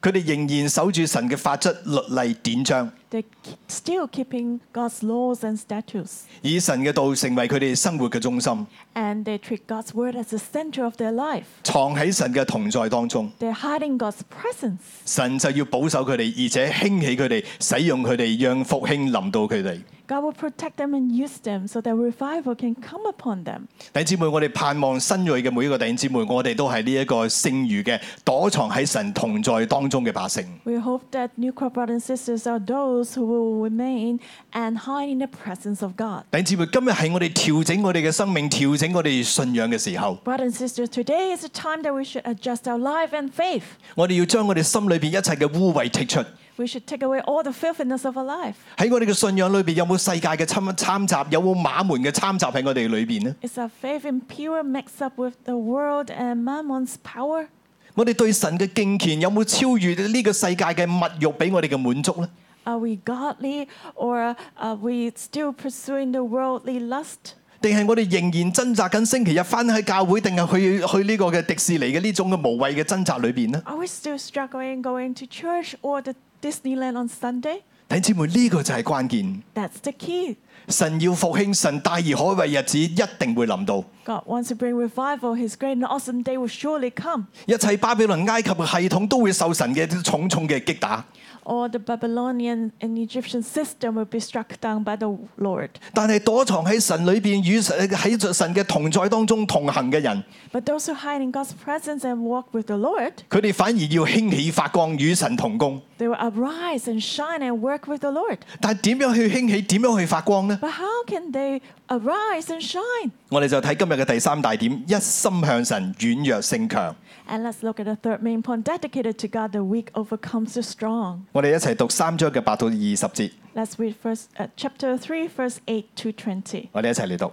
[SPEAKER 2] 佢哋仍然守住神嘅法則、律例、典章，
[SPEAKER 1] They're k- still keeping God's laws and statutes,
[SPEAKER 2] 以神嘅道成為佢哋生活嘅中心，
[SPEAKER 1] and they treat God's word as the center of their life.
[SPEAKER 2] 藏喺神嘅同在當中。
[SPEAKER 1] They're hiding God's presence.
[SPEAKER 2] 神就要保守佢哋，而且興起佢哋，使用佢哋，讓復興臨到佢哋。
[SPEAKER 1] God will protect them and use them so that revival can come upon them.
[SPEAKER 2] 弟兄姊妹，我哋盼望新锐嘅每一個弟兄姊妹，我哋都係呢一個剩餘嘅躲藏喺神同在當中嘅百姓。
[SPEAKER 1] We hope that new crop brothers and sisters are those who will remain and hide in the presence of God.
[SPEAKER 2] 弟兄姊妹，今日係我哋調整我哋嘅生命、調整我哋信仰嘅時候，
[SPEAKER 1] Brothers and sisters, today is the time that we should adjust our life and faith.
[SPEAKER 2] 我哋要將我哋心裏邊一切嘅污穢剔出。
[SPEAKER 1] We should take away all the filthiness of our life.
[SPEAKER 2] 喺我哋嘅信仰裏邊，有冇世界嘅參參雜？有冇馬門嘅參雜喺我哋裏邊呢？
[SPEAKER 1] Is our faith impure mixed up with the world and mammon's power?
[SPEAKER 2] 我哋對神嘅敬虔有冇超越呢個世界嘅物欲俾我哋嘅滿足呢？
[SPEAKER 1] Are we godly or are we still pursuing the worldly lust?
[SPEAKER 2] 定係我哋仍然掙扎緊星期日翻喺教會，定係去去呢個嘅迪士尼嘅呢種嘅無謂嘅掙扎裏邊呢？
[SPEAKER 1] Are we still struggling going to church or the Disneyland on Sunday?
[SPEAKER 2] 弟兄姊妹，呢、個就係關鍵。
[SPEAKER 1] That's the key.
[SPEAKER 2] 神要復興，神大而可畏日子一定會臨到。
[SPEAKER 1] God wants to bring revival. His great and awesome day will surely come.
[SPEAKER 2] 一切巴比倫、埃及嘅系統都會受神嘅重重嘅擊打。
[SPEAKER 1] All the Babylonian and Egyptian system will be struck down by the Lord.
[SPEAKER 2] 但係躲藏喺神裏邊與神喺神嘅同在當中同行嘅人，
[SPEAKER 1] But those who hide in God's presence and walk with the Lord,
[SPEAKER 2] 佢哋反而要興起發光，與神同工。
[SPEAKER 1] they will arise and shine and work with the Lord.
[SPEAKER 2] 但係點樣去興起？點樣去發光呢？
[SPEAKER 1] But how can they arise and shine?
[SPEAKER 2] 我哋就睇今日嘅第三大點：一心向神，軟弱勝強。
[SPEAKER 1] And let's look at the third main point dedicated to God, the weak overcomes the strong.
[SPEAKER 2] 我哋一齊讀三章嘅八到二十節，
[SPEAKER 1] Let's read first uh, chapter 3, verse 8 to 20.
[SPEAKER 2] 我哋一齊嚟讀。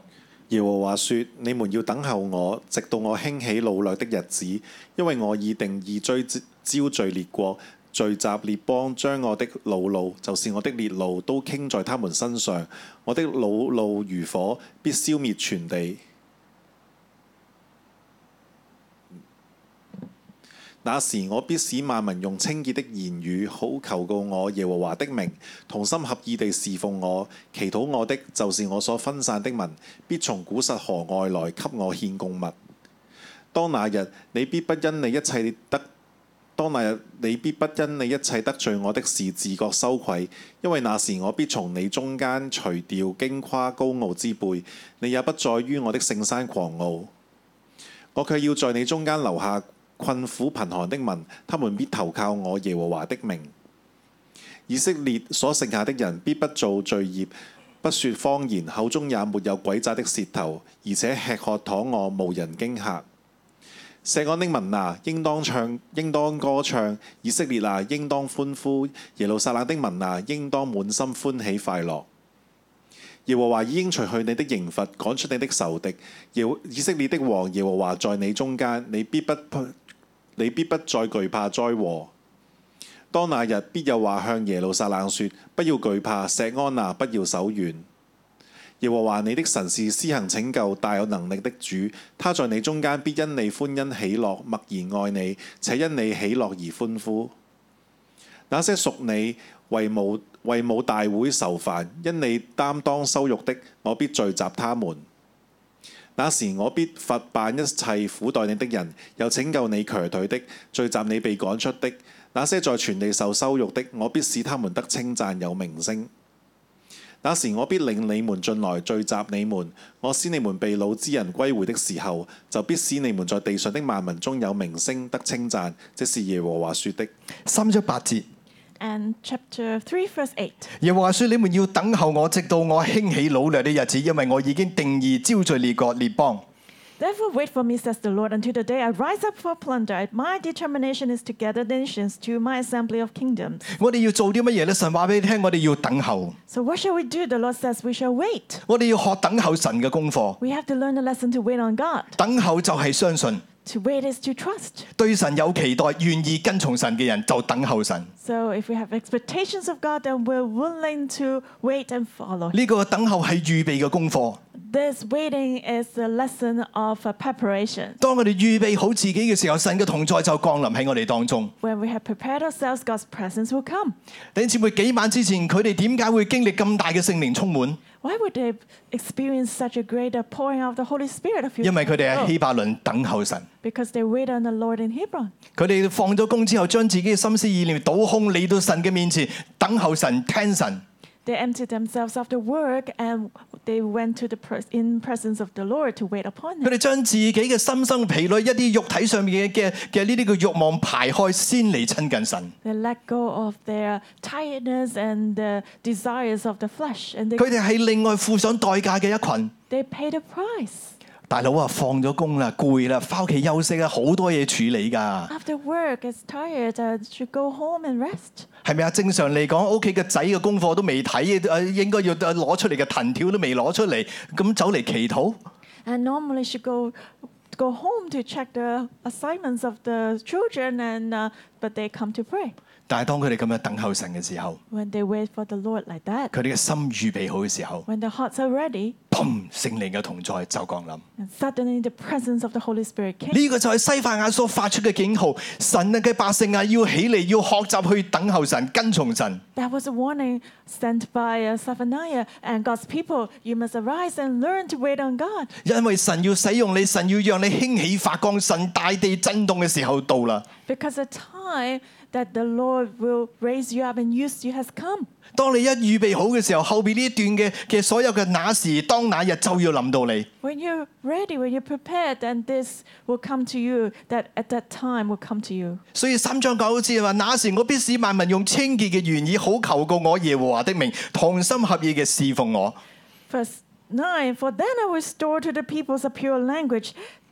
[SPEAKER 3] 耶和華說：你們要等候我，直到我興起擄掠的日子，因為我已定義追招聚列國，聚集列邦，將我的惱怒，就是我的烈怒，都傾在他們身上。我的惱怒如火，必消滅全地。那時我必使萬民用清潔的言語，好求告我耶和華的名，同心合意地侍奉我。祈禱我的就是我所分散的民，必從古實河外來給我獻供物。當那日，你必不因你一切得。當那日，你必不因你一切得罪我的事自覺羞愧，因為那時我必從你中間除掉矜誇高傲之輩，你也不再於我的聖山狂傲。我卻要在你中間留下困苦貧寒的民，他們必投靠我耶和華的名。以色列所剩下的人必不做罪孽，不說謊言，口中也沒有詭詐的舌頭，而且吃喝躺卧，無人驚嚇。錫安的民啊，應當唱，應當歌唱；以色列啊，應當歡呼；耶路撒冷的民啊，應當滿心歡喜快樂。耶和華已經除去你的刑罰，趕出你的仇敵。耶和以色列的王耶和華在你中間，你必不你必不再懼怕災禍。當那日，必有話向耶路撒冷說：不要懼怕，錫安啊，不要手軟。耶和華你的神是施行拯救、大有能力的主，他在你中間必因你歡欣喜樂，默然愛你，且因你喜樂而歡呼。那些屬你為母為母大會愁煩，因你擔當羞辱的，我必聚集他們。那時我必罰辦一切苦待你的人，又拯救你瘸腿的，聚集你被趕出的。那些在全地受羞辱的，我必使他們得稱讚有名聲。那時我必領你們進來聚集你們，我使你們被擄之人歸回的時候，就必使你們在地上的萬民中有名聲得稱讚，這是耶和華說的。
[SPEAKER 2] 三章八節，
[SPEAKER 1] And chapter 3, verse 8.
[SPEAKER 2] 耶和華說：你們要等候我，直到我興起擄掠的日子，因為我已經定義招聚列國列邦。
[SPEAKER 1] Therefore, wait for me, says the Lord, until the day I rise up for plunder. My determination is to gather nations to my assembly of kingdoms.
[SPEAKER 2] 我哋要做啲乜嘢呢？神話俾你聽，我哋要等候，
[SPEAKER 1] So, what shall we do? The Lord says we shall wait.
[SPEAKER 2] 我哋要學等候神嘅功課。
[SPEAKER 1] We have to learn the lesson to wait on God.
[SPEAKER 2] 等候就係相信，
[SPEAKER 1] To wait is to trust.
[SPEAKER 2] 對神有期待，願意跟從神嘅人就等候神。
[SPEAKER 1] So, if we have expectations of God, then we're willing to wait and follow.
[SPEAKER 2] 呢、個等候係預備嘅功課。
[SPEAKER 1] This waiting is the lesson of uh, preparation.
[SPEAKER 2] 當我哋預備好自己嘅時候，神嘅同在就降臨喺我哋當中。
[SPEAKER 1] When we have prepared ourselves, God's presence will come.
[SPEAKER 2] 弟兄姊妹，幾晚之前佢哋點解會經歷咁大嘅聖靈充滿？
[SPEAKER 1] Why would they experience such a great pouring of the Holy Spirit of you?
[SPEAKER 2] 因為佢
[SPEAKER 1] 哦
[SPEAKER 2] 哋喺希伯倫等候神，
[SPEAKER 1] Because they wait on the Lord in Hebron.
[SPEAKER 2] 佢哋放咗工之後，將自己嘅心思意念倒空，嚟到神嘅面前等候神、聽神。
[SPEAKER 1] They emptied themselves of the work and they went to the pres- in presence of the Lord to wait upon
[SPEAKER 2] 佢
[SPEAKER 1] Him.
[SPEAKER 2] 哋將自己嘅心生疲累、一啲肉體上面嘅嘅嘅呢啲嘅慾望排開，先嚟親近神。
[SPEAKER 1] They let go of their tiredness and the desires of the flesh, and they,
[SPEAKER 2] 佢哋係另外付上代價嘅一群。
[SPEAKER 1] they paid a price.
[SPEAKER 2] 大佬啊，放咗工啦，攰啦，翻屋企休息啦，好多嘢處理㗎。
[SPEAKER 1] After work, it's tired. I should go home and rest.
[SPEAKER 2] 係咪啊？正常嚟講，屋企嘅仔嘅功課都未睇，誒應該要誒攞出嚟嘅藤條都未攞出嚟，咁走嚟祈禱。
[SPEAKER 1] And normally should go go home to check the assignments of the children, and uh, but they come to pray.
[SPEAKER 2] 但係當佢哋咁樣等候神嘅時候，
[SPEAKER 1] When they wait for the Lord like that,
[SPEAKER 2] 佢哋嘅心預備好嘅時候，
[SPEAKER 1] when their hearts are ready,
[SPEAKER 2] 砰！聖靈嘅同在就降臨。
[SPEAKER 1] and suddenly the presence of the Holy Spirit came.
[SPEAKER 2] 呢、個就係西法亞所發出嘅警號，神嘅百姓啊，要起嚟，要學習去等候神、跟從神。
[SPEAKER 1] That was a warning sent by uh, Zephaniah and God's people. You must arise and learn to wait on God
[SPEAKER 2] 因為神要使用你，神要讓你興起發光，神大地震動嘅時候到啦。
[SPEAKER 1] because the time that the Lord will raise you up and use you has come.
[SPEAKER 2] 當你一預備好嘅時候，後邊呢一段嘅嘅所有嘅那時、當那日就要臨到你。
[SPEAKER 1] When you're ready, when you're prepared, then this will come to you, that at that time will come to you.
[SPEAKER 2] 所以三章九好似話：那時我必使萬民用清潔嘅言以好求告我耶和華的名，同心合意嘅侍奉我。
[SPEAKER 1] First, 9 For then I will restore to the peoples a pure language,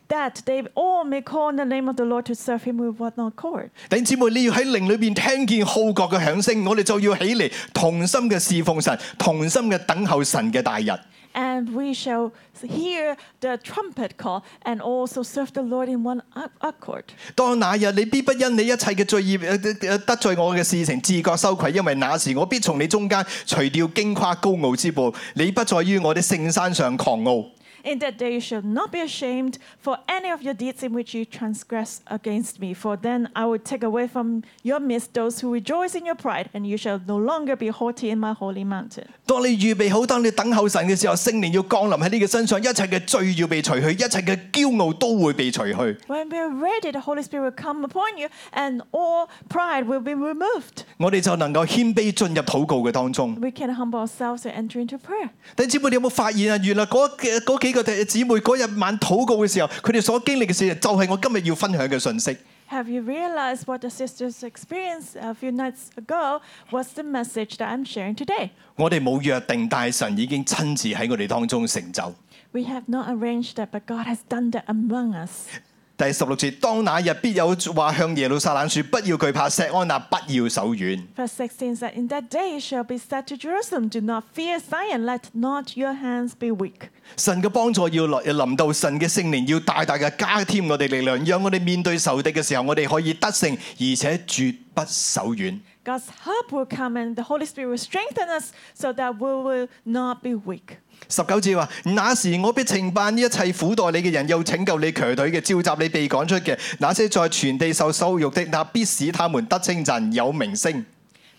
[SPEAKER 1] that they all may call on the name of the Lord to serve him with what not chord.
[SPEAKER 2] 弟兄姊妹，你要喺靈裏邊聽見號角嘅響聲，我哋就要起嚟同心嘅侍奉神，同心嘅等候神嘅大日。
[SPEAKER 1] And we shall hear the trumpet call and also serve the Lord in one ac- accord.
[SPEAKER 2] 當那日你必不因你一切嘅罪孽呃呃得罪我嘅事情自覺羞愧，因為那時我必從你中間除掉矜誇高傲之輩，你不在於我的聖山上狂傲。
[SPEAKER 1] In that day you shall not be ashamed for any of your deeds in which you transgress against me, for then I will take away from your midst those who rejoice in your pride, and you shall no longer be haughty in my holy mountain.
[SPEAKER 2] 當你預備好，當你等候神嘅時候，聖靈要降臨喺你嘅身上，一切嘅罪要被除去，一切嘅驕傲都會被除去。
[SPEAKER 1] When we are ready, the Holy Spirit will come upon you, and all pride will be removed.
[SPEAKER 2] 我哋就能夠謙卑進入禱告嘅當中。
[SPEAKER 1] We can humble ourselves and enter into prayer.
[SPEAKER 2] 弟兄姊妹，你有冇發現啊？原來嗰嗰幾個弟姊妹嗰日晚禱告嘅時候，佢哋所經歷嘅事，就係我今日要分享嘅信息。
[SPEAKER 1] Have you realized what the sisters experienced a few nights ago? What's the message that I'm sharing today?
[SPEAKER 2] 我哋冇約定，但係神已經親自喺我哋當中成就。
[SPEAKER 1] We have not arranged that, but God has done that among us.
[SPEAKER 2] 第十六節，當那日必有話向耶路撒冷説：不要懼怕，錫安那不要手軟。
[SPEAKER 1] Verse 16 says, In that day it shall be said to Jerusalem, Do not fear Zion, let not your hands be weak.
[SPEAKER 2] 神嘅幫助要來臨到，神嘅聖靈要大大嘅加添我哋力量，讓我哋面對仇敵嘅時候，我哋可以得勝，而且絕不手軟。
[SPEAKER 1] God's help will come and the Holy Spirit will strengthen us so that we will not be weak.
[SPEAKER 2] 十九節話：那時我必懲辦一切苦待你嘅人，又拯救你瘸腿嘅，召集你被趕出嘅。那些在全地受羞辱的，那必使他們得稱讚，有名聲。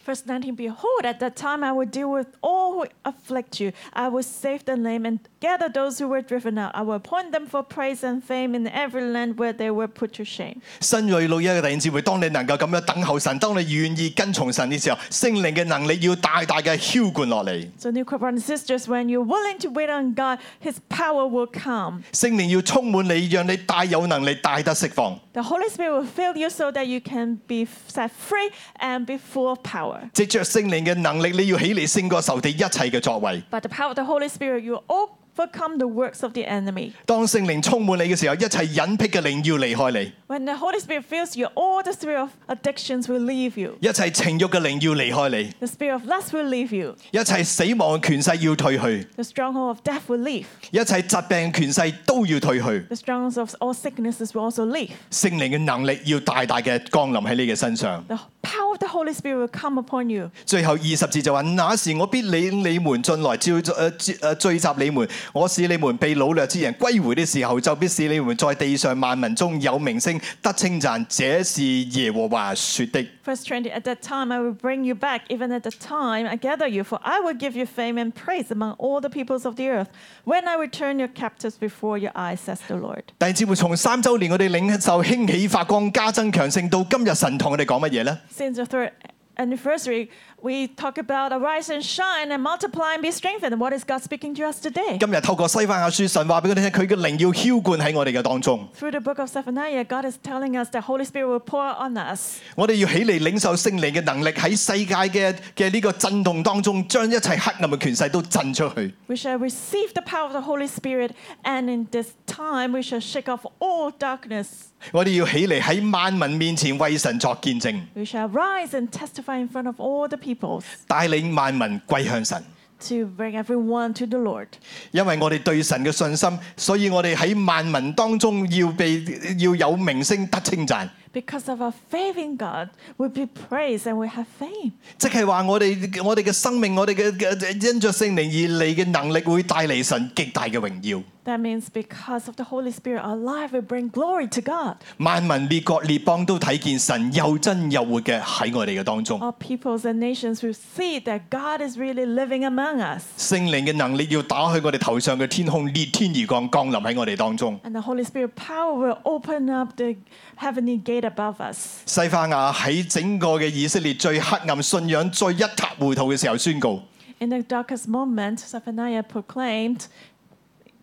[SPEAKER 1] Verse 19 Behold, at that time I will deal with all who afflict you. I will save the lame and gather those who were driven out. I will appoint them for praise and fame in every land where they were put to shame.
[SPEAKER 2] 新锐老一嘅弟兄姊妹，當你能夠咁樣等候神，當你願意跟從神嘅時候，聖靈嘅能力要大大嘅澆灌落嚟，
[SPEAKER 1] So, new brothers and sisters, when you're willing to wait on God, His power will come.
[SPEAKER 2] 聖靈要充滿你，讓你大有能力，大得釋放。
[SPEAKER 1] The Holy Spirit will fill you so that you can be set free and be full of power.
[SPEAKER 2] 藉着聖靈嘅能力，你要起嚟勝過仇敵一切嘅作為。
[SPEAKER 1] By the power of the Holy Spirit, you will overcome the works of the enemy.
[SPEAKER 2] 當聖靈充滿你嘅時候，一切隱僻嘅靈要離開你，
[SPEAKER 1] When the Holy Spirit fills you, all the spirit of addictions will leave you.
[SPEAKER 2] 一切情欲嘅靈要離開你，
[SPEAKER 1] The spirit of lust will leave you.
[SPEAKER 2] 一切死亡嘅權勢要退去，
[SPEAKER 1] The stronghold of death will leave.
[SPEAKER 2] 一切疾病嘅權勢都要退去。
[SPEAKER 1] The strongholds of all sicknesses will also leave.
[SPEAKER 2] 聖靈嘅能力要大大嘅降臨喺你嘅身上。
[SPEAKER 1] The power of the Holy Spirit will come upon you.
[SPEAKER 2] 最後二十節就話：那時我必領你們進來，召誒呃聚集你們，我使你們被擄掠之人歸回的時候，就必使你們在地上萬民中有名聲，得稱讚。這是耶和華說的。
[SPEAKER 1] Verse 20 At that time I will bring you back, even at the time I gather you, for I will give you fame and praise among all the peoples of the earth when I return your captives before your eyes, says the Lord.
[SPEAKER 2] 弟兄姊妹，從三週年我哋領受興起發光加增強盛到今日，神同我哋講乜嘢呢？
[SPEAKER 1] Since the third anniversary, we talk about arise and shine and multiply and be strengthened. What is God speaking to us today?
[SPEAKER 2] 今日透過西番雅書，神話俾我哋聽，佢嘅靈要澆灌喺我哋嘅當中，
[SPEAKER 1] Through the book of Zephaniah, God is telling us the Holy Spirit will pour on us.
[SPEAKER 2] 我哋要起嚟領受聖靈嘅能力，喺世界嘅嘅呢個震動當中，將一切黑暗嘅權勢都震出去。
[SPEAKER 1] We shall receive the power of the Holy Spirit, and in this time we shall shake off all darkness.
[SPEAKER 2] 我哋要起嚟喺萬民面前為神作見證，
[SPEAKER 1] We shall rise and testify in front of all the peoples
[SPEAKER 2] 帶領萬民歸向神。
[SPEAKER 1] to bring everyone to the Lord.
[SPEAKER 2] 因為我哋對神嘅信心，所以我哋喺萬民當中要被要有名聲得稱讚。
[SPEAKER 1] Because of our faith in God, we be praised and we have fame.
[SPEAKER 2] 即係話我哋我哋嘅生命，我哋嘅嘅因着聖靈而嚟嘅能力，會帶嚟神極大嘅榮耀。
[SPEAKER 1] That means because of the Holy Spirit, our life will bring glory to God.
[SPEAKER 2] 萬民列國列邦都睇見神又真又活嘅喺我哋嘅當中，
[SPEAKER 1] All peoples and nations will see that God is really living among us.
[SPEAKER 2] 聖靈嘅能力要打去我哋頭上嘅天空，裂天而降，降臨喺我哋當中。
[SPEAKER 1] And the Holy Spirit power will open up the heavenly gate above us.
[SPEAKER 2] 西番雅喺整個嘅以色列最黑暗信仰最一塌糊塗嘅時候宣告：
[SPEAKER 1] In the darkest moment, Zephaniah proclaimed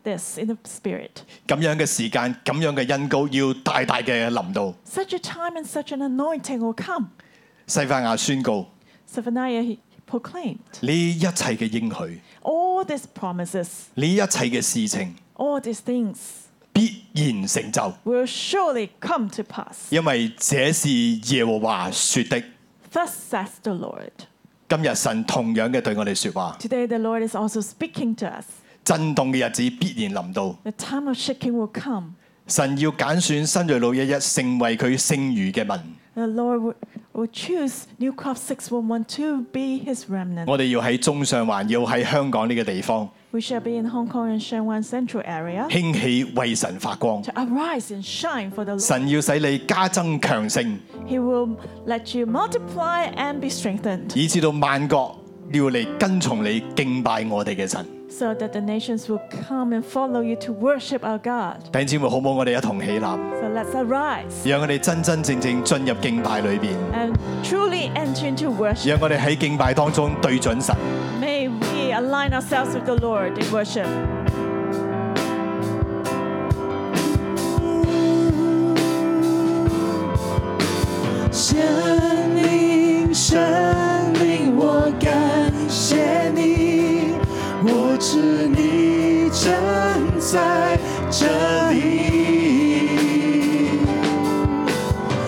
[SPEAKER 1] this in the spirit.
[SPEAKER 2] 咁樣嘅時間，咁樣嘅恩膏要大大嘅臨到。
[SPEAKER 1] Such a time and such an anointing will come.
[SPEAKER 2] 西番雅宣告：
[SPEAKER 1] Zephaniah he proclaimed.
[SPEAKER 2] 呢一切嘅應許，
[SPEAKER 1] All these promises,
[SPEAKER 2] 呢一切嘅事情
[SPEAKER 1] all these things
[SPEAKER 2] 必然成就，
[SPEAKER 1] will surely come to pass.
[SPEAKER 2] 因為這是耶和華說的。
[SPEAKER 1] Thus says the Lord.
[SPEAKER 2] 今日神同樣嘅對我哋說話，
[SPEAKER 1] Today the Lord is also speaking to us.
[SPEAKER 2] 震動嘅日子必然臨到。
[SPEAKER 1] The time of shaking will come.
[SPEAKER 2] 神要揀選新锐老一一成為佢剩餘嘅民。
[SPEAKER 1] The Lord will, will choose new crop 611 to be his remnant.
[SPEAKER 2] 我哋要喺中上環，要喺香港呢個地方
[SPEAKER 1] We shall be in Hong Kong and Shenzhen Central area
[SPEAKER 2] 興起為神發光。
[SPEAKER 1] to arise and shine for the Lord.
[SPEAKER 2] 神要使你加增強盛，
[SPEAKER 1] He will let you multiply and be strengthened
[SPEAKER 2] 以至到萬國要嚟跟從你敬拜我哋嘅神。
[SPEAKER 1] so that the nations will come and follow you to worship our God.
[SPEAKER 2] 弟兄姊妹，好唔好？我哋一同起立，
[SPEAKER 1] So let's arise
[SPEAKER 2] 讓我哋真真正正進入敬拜裏邊，
[SPEAKER 1] and truly enter into worship.
[SPEAKER 2] 讓我哋喺敬拜當中對準神。
[SPEAKER 1] May we align ourselves with the Lord in worship.
[SPEAKER 4] 神灵，神灵，我感谢你，我知你正在这里。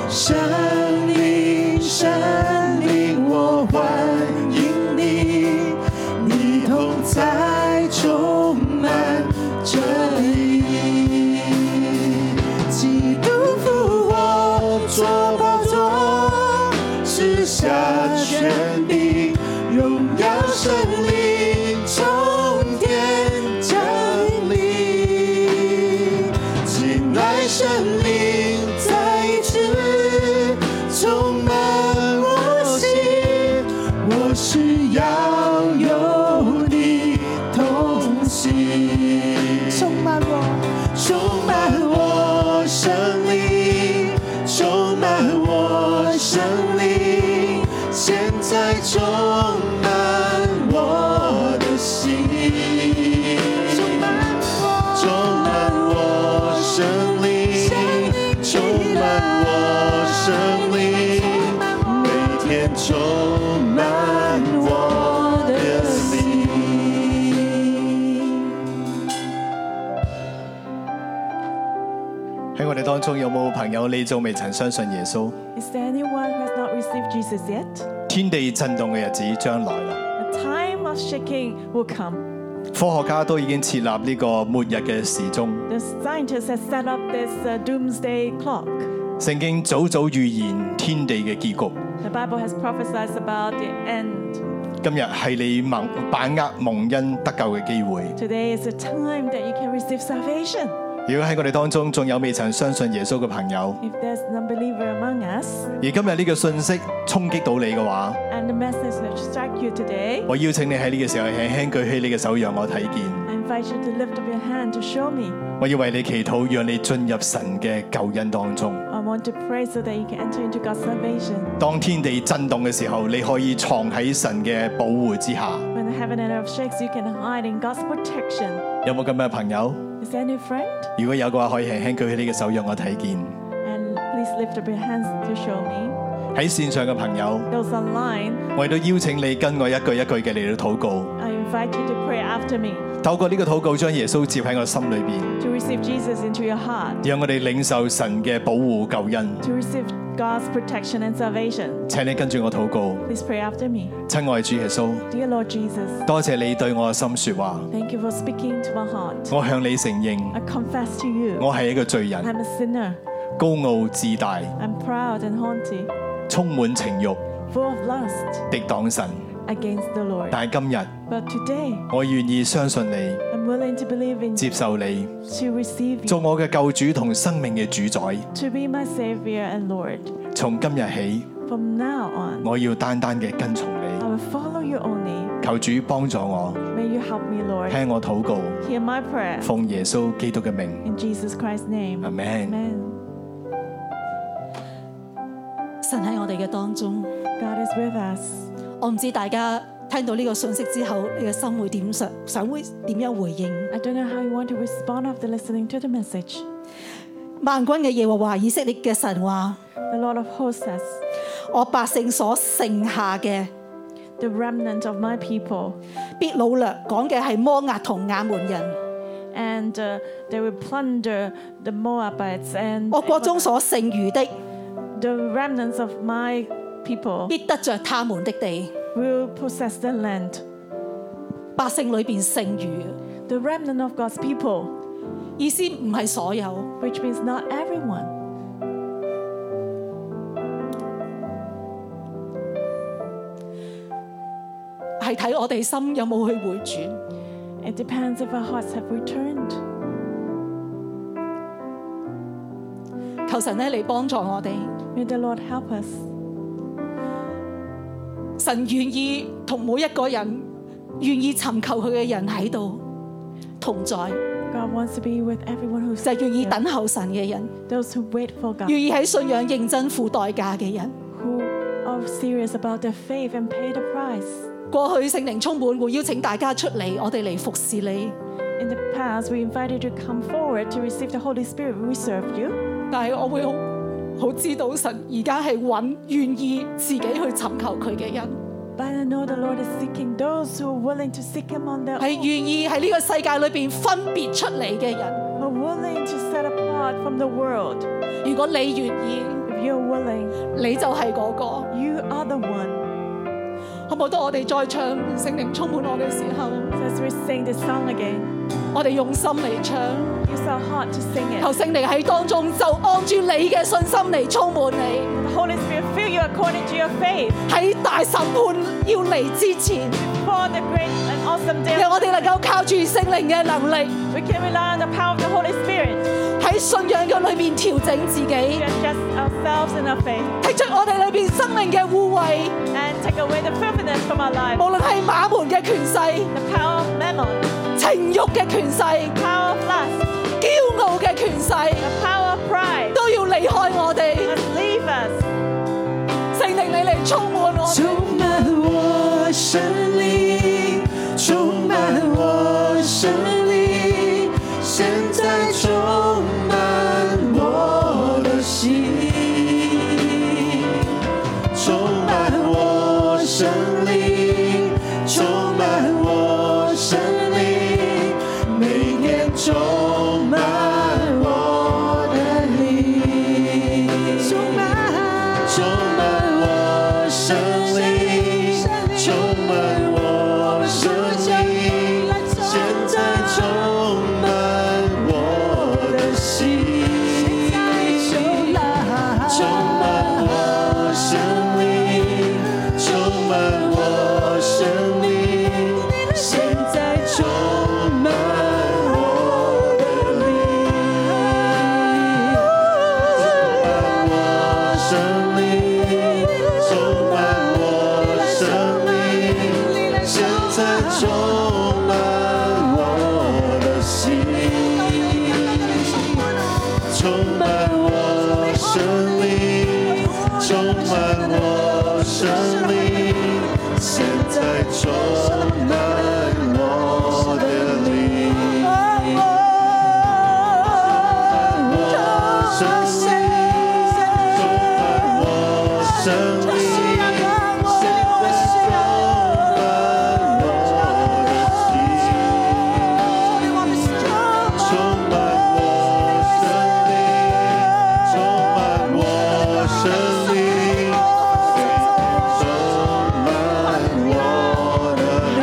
[SPEAKER 4] 神灵，神灵，我欢迎你，你同在充满这里。基督复活，做宝座，赐下权柄，荣耀神灵从天降临。亲爱神灵再一次充满我心，我需要有你同行。充满我，充满我生命，充满我生命，现在充满我的心。充满我，充满我生命，充满我生命，每天充满我的心。
[SPEAKER 2] 喺我哋當中有冇朋友你仲未曾相信耶穌？
[SPEAKER 1] Is there anyone who has not received Jesus yet?
[SPEAKER 2] 天地震動嘅日子將來啦，
[SPEAKER 1] A time of shaking will come.
[SPEAKER 2] 科學家都已經設立呢個末日嘅時鐘。
[SPEAKER 1] The scientists have set up this uh, doomsday clock.
[SPEAKER 2] 聖經早早預言天地嘅結局。
[SPEAKER 1] The Bible has prophesied about the end.
[SPEAKER 2] 今日係你蒙把握蒙恩得救嘅機會。
[SPEAKER 1] Today is the time that you can receive salvation.
[SPEAKER 2] 如果喺我哋當中仲有未曾相信耶穌嘅朋友，
[SPEAKER 1] If there's an unbeliever among us
[SPEAKER 2] 而今日呢個信息衝擊到你嘅話，
[SPEAKER 1] and the message that struck you today,
[SPEAKER 2] 我邀請你喺呢個時候輕輕舉起你嘅手，讓我睇見。
[SPEAKER 1] I invite you to lift up your hand to show me.
[SPEAKER 2] 我要為你祈禱，讓你進入神嘅救恩當中。
[SPEAKER 1] I want to pray so that you can enter into God's salvation.
[SPEAKER 2] 當天地震動嘅時候，你可以藏喺神嘅保護之下。
[SPEAKER 1] When the heaven and earth shakes, you can hide in God's protection.
[SPEAKER 2] 有冇咁嘅朋友？
[SPEAKER 1] Is there any friend?
[SPEAKER 2] 如果有嘅話，可以輕輕舉起你嘅手，讓我睇見。
[SPEAKER 1] And please lift up your hands to show me.
[SPEAKER 2] 喺線上嘅朋友，
[SPEAKER 1] Those online,
[SPEAKER 2] 我亦都邀請你跟我一句一句嘅嚟到禱告，
[SPEAKER 1] I invite you to pray after me,
[SPEAKER 2] 透過呢個禱告將耶穌接喺我心裏邊。
[SPEAKER 1] to receive Jesus into your heart,
[SPEAKER 2] 让我哋领受神嘅保护救恩。
[SPEAKER 1] to receive God's protection and salvation.
[SPEAKER 2] 请你跟住我祷告，
[SPEAKER 1] Please pray after me.
[SPEAKER 2] 亲爱主耶稣，
[SPEAKER 1] Dear Lord Jesus,
[SPEAKER 2] 多谢你对我嘅心说话，
[SPEAKER 1] thank you for speaking to my heart.
[SPEAKER 2] 我向你承认，
[SPEAKER 1] I confess to you,
[SPEAKER 2] 我系一个罪人，
[SPEAKER 1] I'm a sinner.
[SPEAKER 2] 高傲自大，
[SPEAKER 1] I'm proud and haughty,
[SPEAKER 2] 充满情欲，
[SPEAKER 1] full of lust
[SPEAKER 2] 抵挡神。
[SPEAKER 1] against the Lord.
[SPEAKER 2] 但系今日，
[SPEAKER 1] But today,
[SPEAKER 2] 我愿意相信你，
[SPEAKER 1] I'm willing to believe in you,
[SPEAKER 2] 接受你，
[SPEAKER 1] to receive you,
[SPEAKER 2] 做我嘅救主同生命嘅主宰。
[SPEAKER 1] to be my Savior and Lord.
[SPEAKER 2] 从今日起，
[SPEAKER 1] From now on,
[SPEAKER 2] 我要单单嘅跟从你
[SPEAKER 1] I。will follow you only.
[SPEAKER 2] 求主帮助我，
[SPEAKER 1] May you help me, Lord.
[SPEAKER 2] 听我祷告，
[SPEAKER 1] Hear my prayer.
[SPEAKER 2] 奉耶稣基督嘅名，
[SPEAKER 1] In Jesus Christ's name.
[SPEAKER 2] 阿 man。
[SPEAKER 1] Amen.
[SPEAKER 4] 神喺我哋嘅當中，
[SPEAKER 1] God is with us.
[SPEAKER 4] 我唔知大家聽到呢個信息之後，你嘅心會點想，想會點樣回應？
[SPEAKER 1] I don't know how you want to respond after listening to the message.
[SPEAKER 4] 萬軍嘅耶和華以色列嘅神話：
[SPEAKER 1] The Lord of hosts says,
[SPEAKER 4] 我百姓所剩下嘅，
[SPEAKER 1] the remnant of my people.
[SPEAKER 5] 必老略講嘅係摩押同亞門人，
[SPEAKER 1] And uh, they will plunder the Moabites and
[SPEAKER 5] 我國中所剩餘的
[SPEAKER 1] the remnants of my people
[SPEAKER 5] 必得着他們的地，
[SPEAKER 1] will possess the land.
[SPEAKER 5] 百姓裏邊剩餘，
[SPEAKER 1] The remnant of God's people,
[SPEAKER 5] 意思唔係所有，
[SPEAKER 1] which means not everyone.
[SPEAKER 5] 係睇我哋心有冇去回轉。
[SPEAKER 1] It depends if our hearts have returned.
[SPEAKER 5] 求神咧嚟幫助我哋，
[SPEAKER 1] May the Lord help us.
[SPEAKER 5] 神願意同每一個人願意尋求佢嘅人喺度同在，
[SPEAKER 1] God wants to be with everyone who
[SPEAKER 5] 就係願意等候神嘅人，
[SPEAKER 1] those who wait for God,
[SPEAKER 5] 願意喺信仰認真付代價嘅人。
[SPEAKER 1] who are serious about their faith and pay the price.
[SPEAKER 5] 過去聖靈充滿，會邀請大家出嚟，我哋嚟服侍你。
[SPEAKER 1] In the past, we invited you to come forward to receive the Holy Spirit. We served you,
[SPEAKER 5] 但係我會好好知道神而家係揾願意自己去尋求佢嘅人，
[SPEAKER 1] but I know the Lord is seeking those who are willing to seek Him on their
[SPEAKER 5] 係
[SPEAKER 1] own,
[SPEAKER 5] 願意喺呢個世界裏邊分別出嚟嘅人。
[SPEAKER 1] who are willing to set apart from the world.
[SPEAKER 5] 如果你願意，
[SPEAKER 1] If you're willing,
[SPEAKER 5] 你就係嗰、個。
[SPEAKER 1] you are the one.
[SPEAKER 5] 好唔好？當我哋再唱聖靈充滿我哋嘅時候，
[SPEAKER 1] So as we sing this song again,
[SPEAKER 5] 我哋用心嚟唱，
[SPEAKER 1] use our heart to sing it.
[SPEAKER 5] 求聖靈喺當中就按住你嘅信心嚟充滿你。
[SPEAKER 1] The Holy Spirit fill you according to your faith
[SPEAKER 5] 喺大審判要嚟之前，
[SPEAKER 1] for the great and awesome day.
[SPEAKER 5] 讓我哋能夠靠住聖靈嘅能力，
[SPEAKER 1] We can rely on the power of the Holy Spirit
[SPEAKER 5] 喺信仰嘅裏面調整自己
[SPEAKER 1] to。adjust ourselves in our faith.
[SPEAKER 5] 剔出我哋裏边生命嘅污秽，
[SPEAKER 1] and take away the filthiness from our lives.
[SPEAKER 5] 無論係馬門嘅權勢、
[SPEAKER 1] The power of mammon,
[SPEAKER 5] 情欲嘅權勢、
[SPEAKER 1] power of lust,
[SPEAKER 5] 驕傲嘅權勢，
[SPEAKER 1] the power of pride
[SPEAKER 5] 都要離開我哋。
[SPEAKER 1] must leave us.
[SPEAKER 5] 聖靈你嚟充滿我
[SPEAKER 2] 充
[SPEAKER 5] 哋，
[SPEAKER 2] 满我生命，充满我生命，现在充满我的心，充满我生命，充满我生命，每天充满我的灵，充满。充满我生命，充满我生命，现在充满我的心，充满我生命，充满我生命，现在充满我的灵。充满我生命，充满我生命，现在充满我的心，充满我生命，充满我生命，现在充满我的灵。我生命，充满我生命，现在充满我的心，充满我生命，充满我生命，充满我的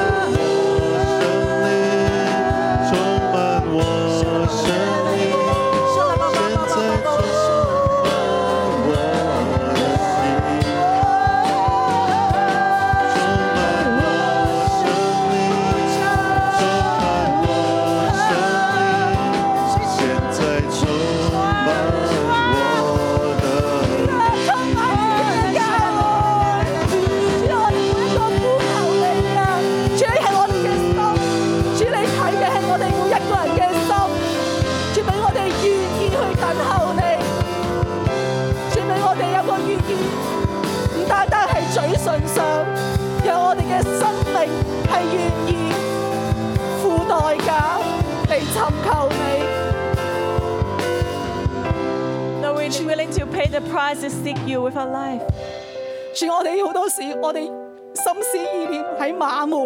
[SPEAKER 2] 灵，我生命。充满我生命，现在充满我的心，充满我生命，充满我生命，现在充满我的灵。
[SPEAKER 1] Though we He's willing to pay the price to seek you with our life.
[SPEAKER 5] 主，我哋好多時，我哋心思意念喺馬門，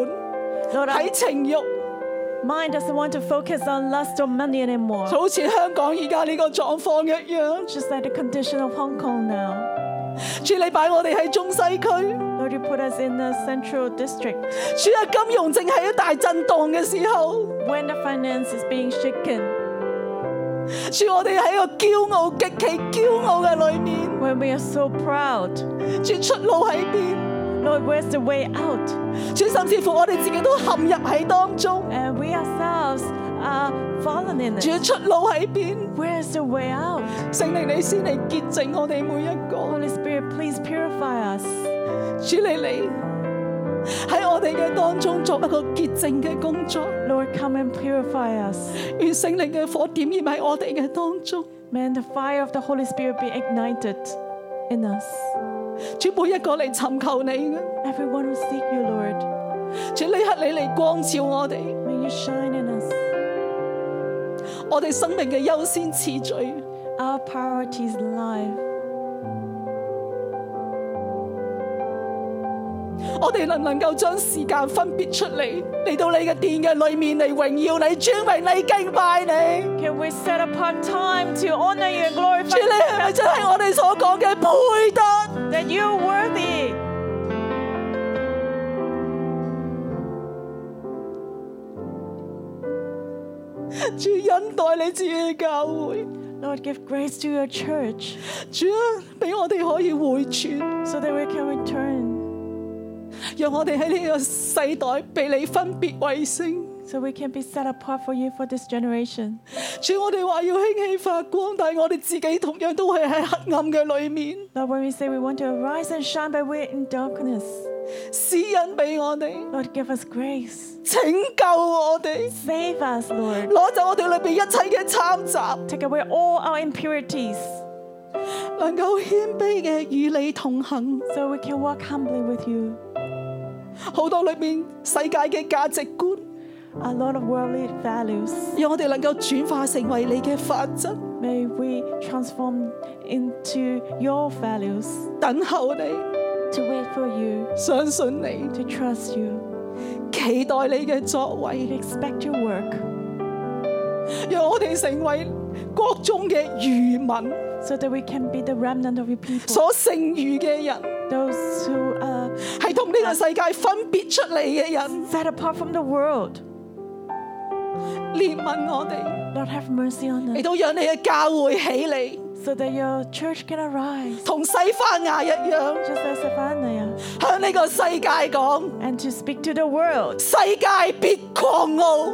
[SPEAKER 1] Lord,
[SPEAKER 5] 喺
[SPEAKER 1] our
[SPEAKER 5] 情慾，
[SPEAKER 1] mind doesn't want to focus on lust or money anymore.
[SPEAKER 5] 就好似香港而家呢個狀況一樣。
[SPEAKER 1] Just like the condition of Hong Kong now.
[SPEAKER 5] 主，你擺我哋喺中西區。
[SPEAKER 1] Lord, you put us in the central district
[SPEAKER 5] 主啊，金融正係一大震盪嘅時候，
[SPEAKER 1] when the finance is being shaken,
[SPEAKER 5] 主我哋喺個驕傲極其驕傲嘅裏面，
[SPEAKER 1] when we are so proud.
[SPEAKER 5] 主出路喺邊？
[SPEAKER 1] Lord, where's the way out?
[SPEAKER 5] 主甚至乎我哋自己都陷入喺當中，
[SPEAKER 1] And we ourselves are fallen in
[SPEAKER 5] 主
[SPEAKER 1] it.
[SPEAKER 5] 出路喺邊？
[SPEAKER 1] Where's the way out?
[SPEAKER 5] 聖靈你先嚟潔淨我哋每一個，
[SPEAKER 1] Holy Spirit, please purify us.
[SPEAKER 5] 主你嚟喺我哋嘅當中作一個潔淨嘅工作，
[SPEAKER 1] Lord, come and purify us.
[SPEAKER 5] 願聖靈嘅火點燃喺我哋嘅當中。
[SPEAKER 1] May the fire of the Holy Spirit be ignited in us.
[SPEAKER 5] 主每一個嚟尋求你嘅，
[SPEAKER 1] Everyone who seek you, Lord,
[SPEAKER 5] 主呢刻你嚟光照我哋，
[SPEAKER 1] may you shine in us.
[SPEAKER 5] 我哋生命嘅優先次序。
[SPEAKER 1] Our priorities in life.
[SPEAKER 5] 我哋能唔能夠將時間分別出嚟，嚟到你嘅殿嘅裏面嚟榮耀你、尊榮你、敬拜你？
[SPEAKER 1] Can we set apart time to honor you and glorify
[SPEAKER 5] 主你
[SPEAKER 1] you?
[SPEAKER 5] 係咪真係我哋所講嘅配得？
[SPEAKER 1] That you're worthy.
[SPEAKER 5] 主恩待你自己嘅教會，
[SPEAKER 1] Lord, give grace to your church
[SPEAKER 5] 主啊，俾我哋可以回轉，
[SPEAKER 1] so that we can return,
[SPEAKER 5] 讓我哋喺呢個世代被你分別為聖。
[SPEAKER 1] so we can be set apart for you for this generation.
[SPEAKER 5] 主，我哋話要興起發光，但係我哋自己同樣都係喺黑暗嘅裏面，
[SPEAKER 1] Lord, when we say we want to arise and shine, but we're in darkness,
[SPEAKER 5] 施恩俾我哋，
[SPEAKER 1] Lord, give us grace.
[SPEAKER 5] 拯救我哋，
[SPEAKER 1] Save us, Lord.
[SPEAKER 5] 攞走我哋裏邊一切嘅參雜。
[SPEAKER 1] Take away all our impurities
[SPEAKER 5] 能夠謙卑嘅與你同行，
[SPEAKER 1] so we can walk humbly with you.
[SPEAKER 5] 好多裏面世界嘅價值觀，
[SPEAKER 1] A lot of worldly values.
[SPEAKER 5] 讓我哋能夠轉化成為你嘅法則，
[SPEAKER 1] May we transform into your values
[SPEAKER 5] 等候你，
[SPEAKER 1] to wait for you,
[SPEAKER 5] 相信你，
[SPEAKER 1] to trust you,
[SPEAKER 5] 期待你嘅作為，
[SPEAKER 1] to expect your work.
[SPEAKER 5] 讓我哋成為國中嘅漁民，
[SPEAKER 1] so that we can be the remnant of your people.
[SPEAKER 5] 所剩餘嘅人，
[SPEAKER 1] those who are
[SPEAKER 5] 係同呢個世界分別出嚟嘅人，
[SPEAKER 1] set apart from the world,
[SPEAKER 5] 憐憫我哋，
[SPEAKER 1] Lord, have mercy on
[SPEAKER 5] 亦
[SPEAKER 1] us,
[SPEAKER 5] 都讓你嘅教會起嚟，
[SPEAKER 1] so that your church can arise,
[SPEAKER 5] 同西班牙一樣，
[SPEAKER 1] just as Savannah,
[SPEAKER 5] 向呢個世界講，
[SPEAKER 1] and to speak to the world.
[SPEAKER 5] 世界別狂傲。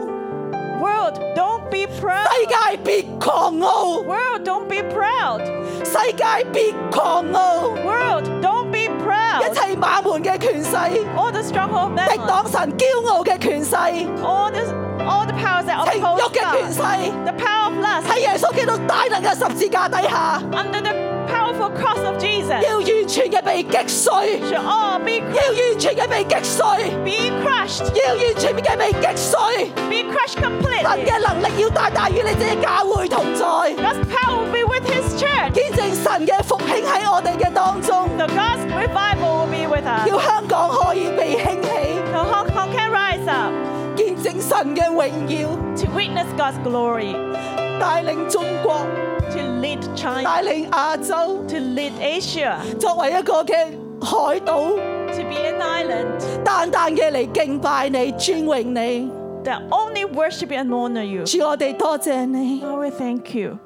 [SPEAKER 1] World, don't be
[SPEAKER 5] 世
[SPEAKER 1] proud.
[SPEAKER 5] 界別狂傲，
[SPEAKER 1] World, don't be proud.
[SPEAKER 5] 世界別狂傲，
[SPEAKER 1] World, don't be
[SPEAKER 5] 一
[SPEAKER 1] proud.
[SPEAKER 5] 切馬門嘅權勢，
[SPEAKER 1] All the stronghold
[SPEAKER 5] 敵
[SPEAKER 1] men,
[SPEAKER 5] 擋神驕傲嘅權勢，
[SPEAKER 1] all the all the powers that
[SPEAKER 5] 情慾
[SPEAKER 1] oppose
[SPEAKER 5] 嘅權
[SPEAKER 1] God,
[SPEAKER 5] 勢，
[SPEAKER 1] the power of lust
[SPEAKER 5] 喺耶穌基督大能嘅十字架底下，
[SPEAKER 1] under the powerful cross of Jesus
[SPEAKER 5] 要完全嘅被擊碎，
[SPEAKER 1] should all be
[SPEAKER 5] 要完全嘅被擊碎，
[SPEAKER 1] be crushed,
[SPEAKER 5] 要完全嘅被擊碎，
[SPEAKER 1] be crushed
[SPEAKER 5] 神
[SPEAKER 1] completely.
[SPEAKER 5] 嘅能力要大大與你自己教會同在，
[SPEAKER 1] God's power will be with His church.
[SPEAKER 5] 見證神嘅復興喺我哋嘅當中，
[SPEAKER 1] So God's revival will be with us.
[SPEAKER 5] 要香港可以被興
[SPEAKER 1] So Hong Kong can rise up
[SPEAKER 5] 起，見證神嘅榮耀。
[SPEAKER 1] to witness God's glory,
[SPEAKER 5] 帶領中國、
[SPEAKER 1] to lead China,
[SPEAKER 5] 帶領亞洲
[SPEAKER 1] to lead Asia,
[SPEAKER 5] 作為一個嘅海島，
[SPEAKER 1] to be an island
[SPEAKER 5] 單單嘅嚟敬拜你、尊榮你。
[SPEAKER 1] that only worship and honor you.
[SPEAKER 5] 主，我哋多謝你，
[SPEAKER 1] Lord, we thank you.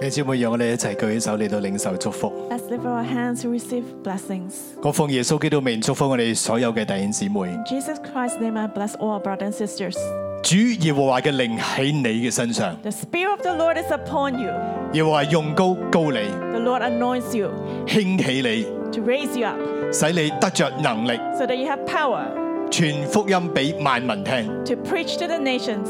[SPEAKER 2] 弟兄姊妹，讓我哋一齊舉起手嚟到領受祝福。
[SPEAKER 1] Let's lift our hands to receive blessings.
[SPEAKER 2] 我奉耶穌基督名祝福我哋所有嘅弟兄姊妹。
[SPEAKER 1] In Jesus Christ's name, I bless all our brothers and sisters.
[SPEAKER 2] 主耶和華嘅靈喺你嘅身上，
[SPEAKER 1] The Spirit of the Lord is upon you.
[SPEAKER 2] 耶和華用高高你，
[SPEAKER 1] The Lord anoints you
[SPEAKER 2] 興起你，
[SPEAKER 1] to raise you up
[SPEAKER 2] 使你得着能力，
[SPEAKER 1] so that you have power
[SPEAKER 2] 傳福音俾萬民聽，
[SPEAKER 1] to preach to the nations.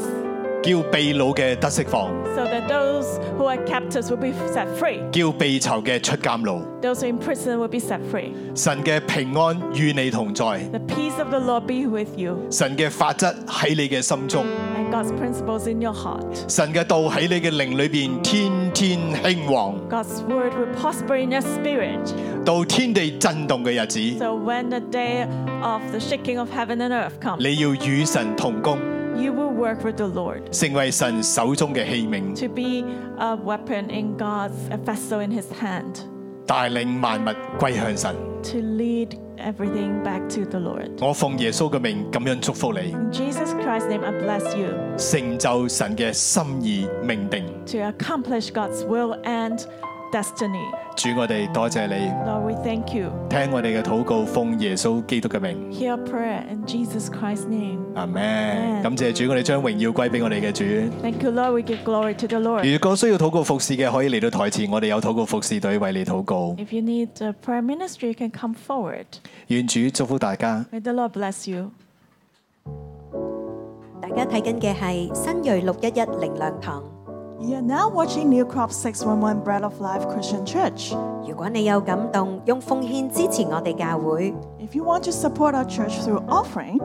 [SPEAKER 2] 叫被掳嘅得釋放，
[SPEAKER 1] so that those who are captives will be set free,
[SPEAKER 2] 叫被囚嘅出監牢。
[SPEAKER 1] those who are in prison will be set free.
[SPEAKER 2] 神嘅平安與你同在，
[SPEAKER 1] The peace of the Lord be with you,
[SPEAKER 2] 神嘅法則喺你嘅心中，
[SPEAKER 1] and God's principles in your heart.
[SPEAKER 2] 神嘅道喺你嘅靈裏边天天興旺，
[SPEAKER 1] God's word will prosper in your spirit.
[SPEAKER 2] 到天地震動嘅日子，
[SPEAKER 1] So when the day of the shaking of heaven and earth comes,
[SPEAKER 2] 你要與神同工，
[SPEAKER 1] you will work with the Lord
[SPEAKER 2] 成為神手中嘅器皿，
[SPEAKER 1] to be a weapon in God's, a vessel in His hand,
[SPEAKER 2] 帶領萬物歸向神。
[SPEAKER 1] to lead everything back to the Lord.
[SPEAKER 2] 我奉耶穌嘅名咁樣祝福你，
[SPEAKER 1] In Jesus Christ's name, I bless you
[SPEAKER 2] 成就神嘅心意命定。
[SPEAKER 1] to accomplish God's will and destiny.
[SPEAKER 2] 主，我哋多謝你，
[SPEAKER 1] Lord, we thank you.
[SPEAKER 2] 聽我哋嘅禱告，奉耶穌基督嘅名，
[SPEAKER 1] Hear prayer in Jesus Christ's name.
[SPEAKER 2] 阿
[SPEAKER 1] 嗯
[SPEAKER 2] 咩？感謝主，我哋將榮耀歸俾我哋嘅主。
[SPEAKER 1] Thank you, Lord. We give glory to the Lord.
[SPEAKER 2] 如果需要禱告服侍嘅，可以嚟到台前，我哋有禱告服侍隊為你禱告。
[SPEAKER 1] If you need a prayer ministry, you can come forward.
[SPEAKER 2] 願主祝福大家。
[SPEAKER 1] May the Lord bless you.
[SPEAKER 6] 大家睇緊嘅係新锐六一一靈糧堂。
[SPEAKER 7] You're now watching New Crop 611 Bread of Life Christian Church.
[SPEAKER 6] 如果你有感動，用奉獻支持我哋教會，
[SPEAKER 7] If you want to support our church through offering,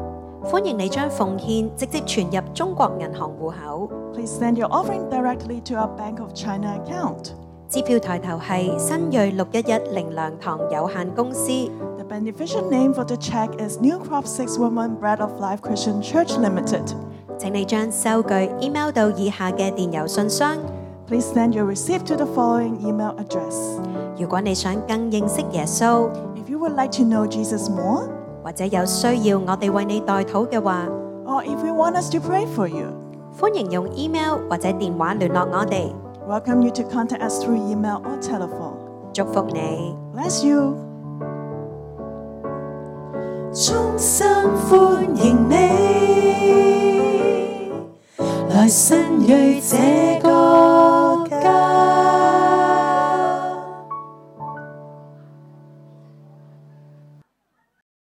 [SPEAKER 6] 歡迎你將奉獻直接存入中國銀行户口。
[SPEAKER 7] please send your offering directly to our Bank of China account.
[SPEAKER 6] 支票抬頭係新锐六一一靈糧堂有限公司。
[SPEAKER 7] The beneficial name for the check is New Crop 611 Bread of Life Christian Church Limited.
[SPEAKER 6] 請你將收據 email 到以下嘅電郵信箱。
[SPEAKER 7] Please send your receipt to the following email address.
[SPEAKER 6] 如果你想更認識耶穌，
[SPEAKER 7] If you would like to know Jesus more,
[SPEAKER 6] 或者有需要我哋為你代禱嘅話，
[SPEAKER 7] or Oh, if you want us to pray for you,
[SPEAKER 6] 歡迎用 email 或者電話聯絡我哋。
[SPEAKER 7] welcome you to contact us through email or telephone.
[SPEAKER 6] 祝福你。
[SPEAKER 7] Bless you.
[SPEAKER 4] 衷心歡迎你，來新锐這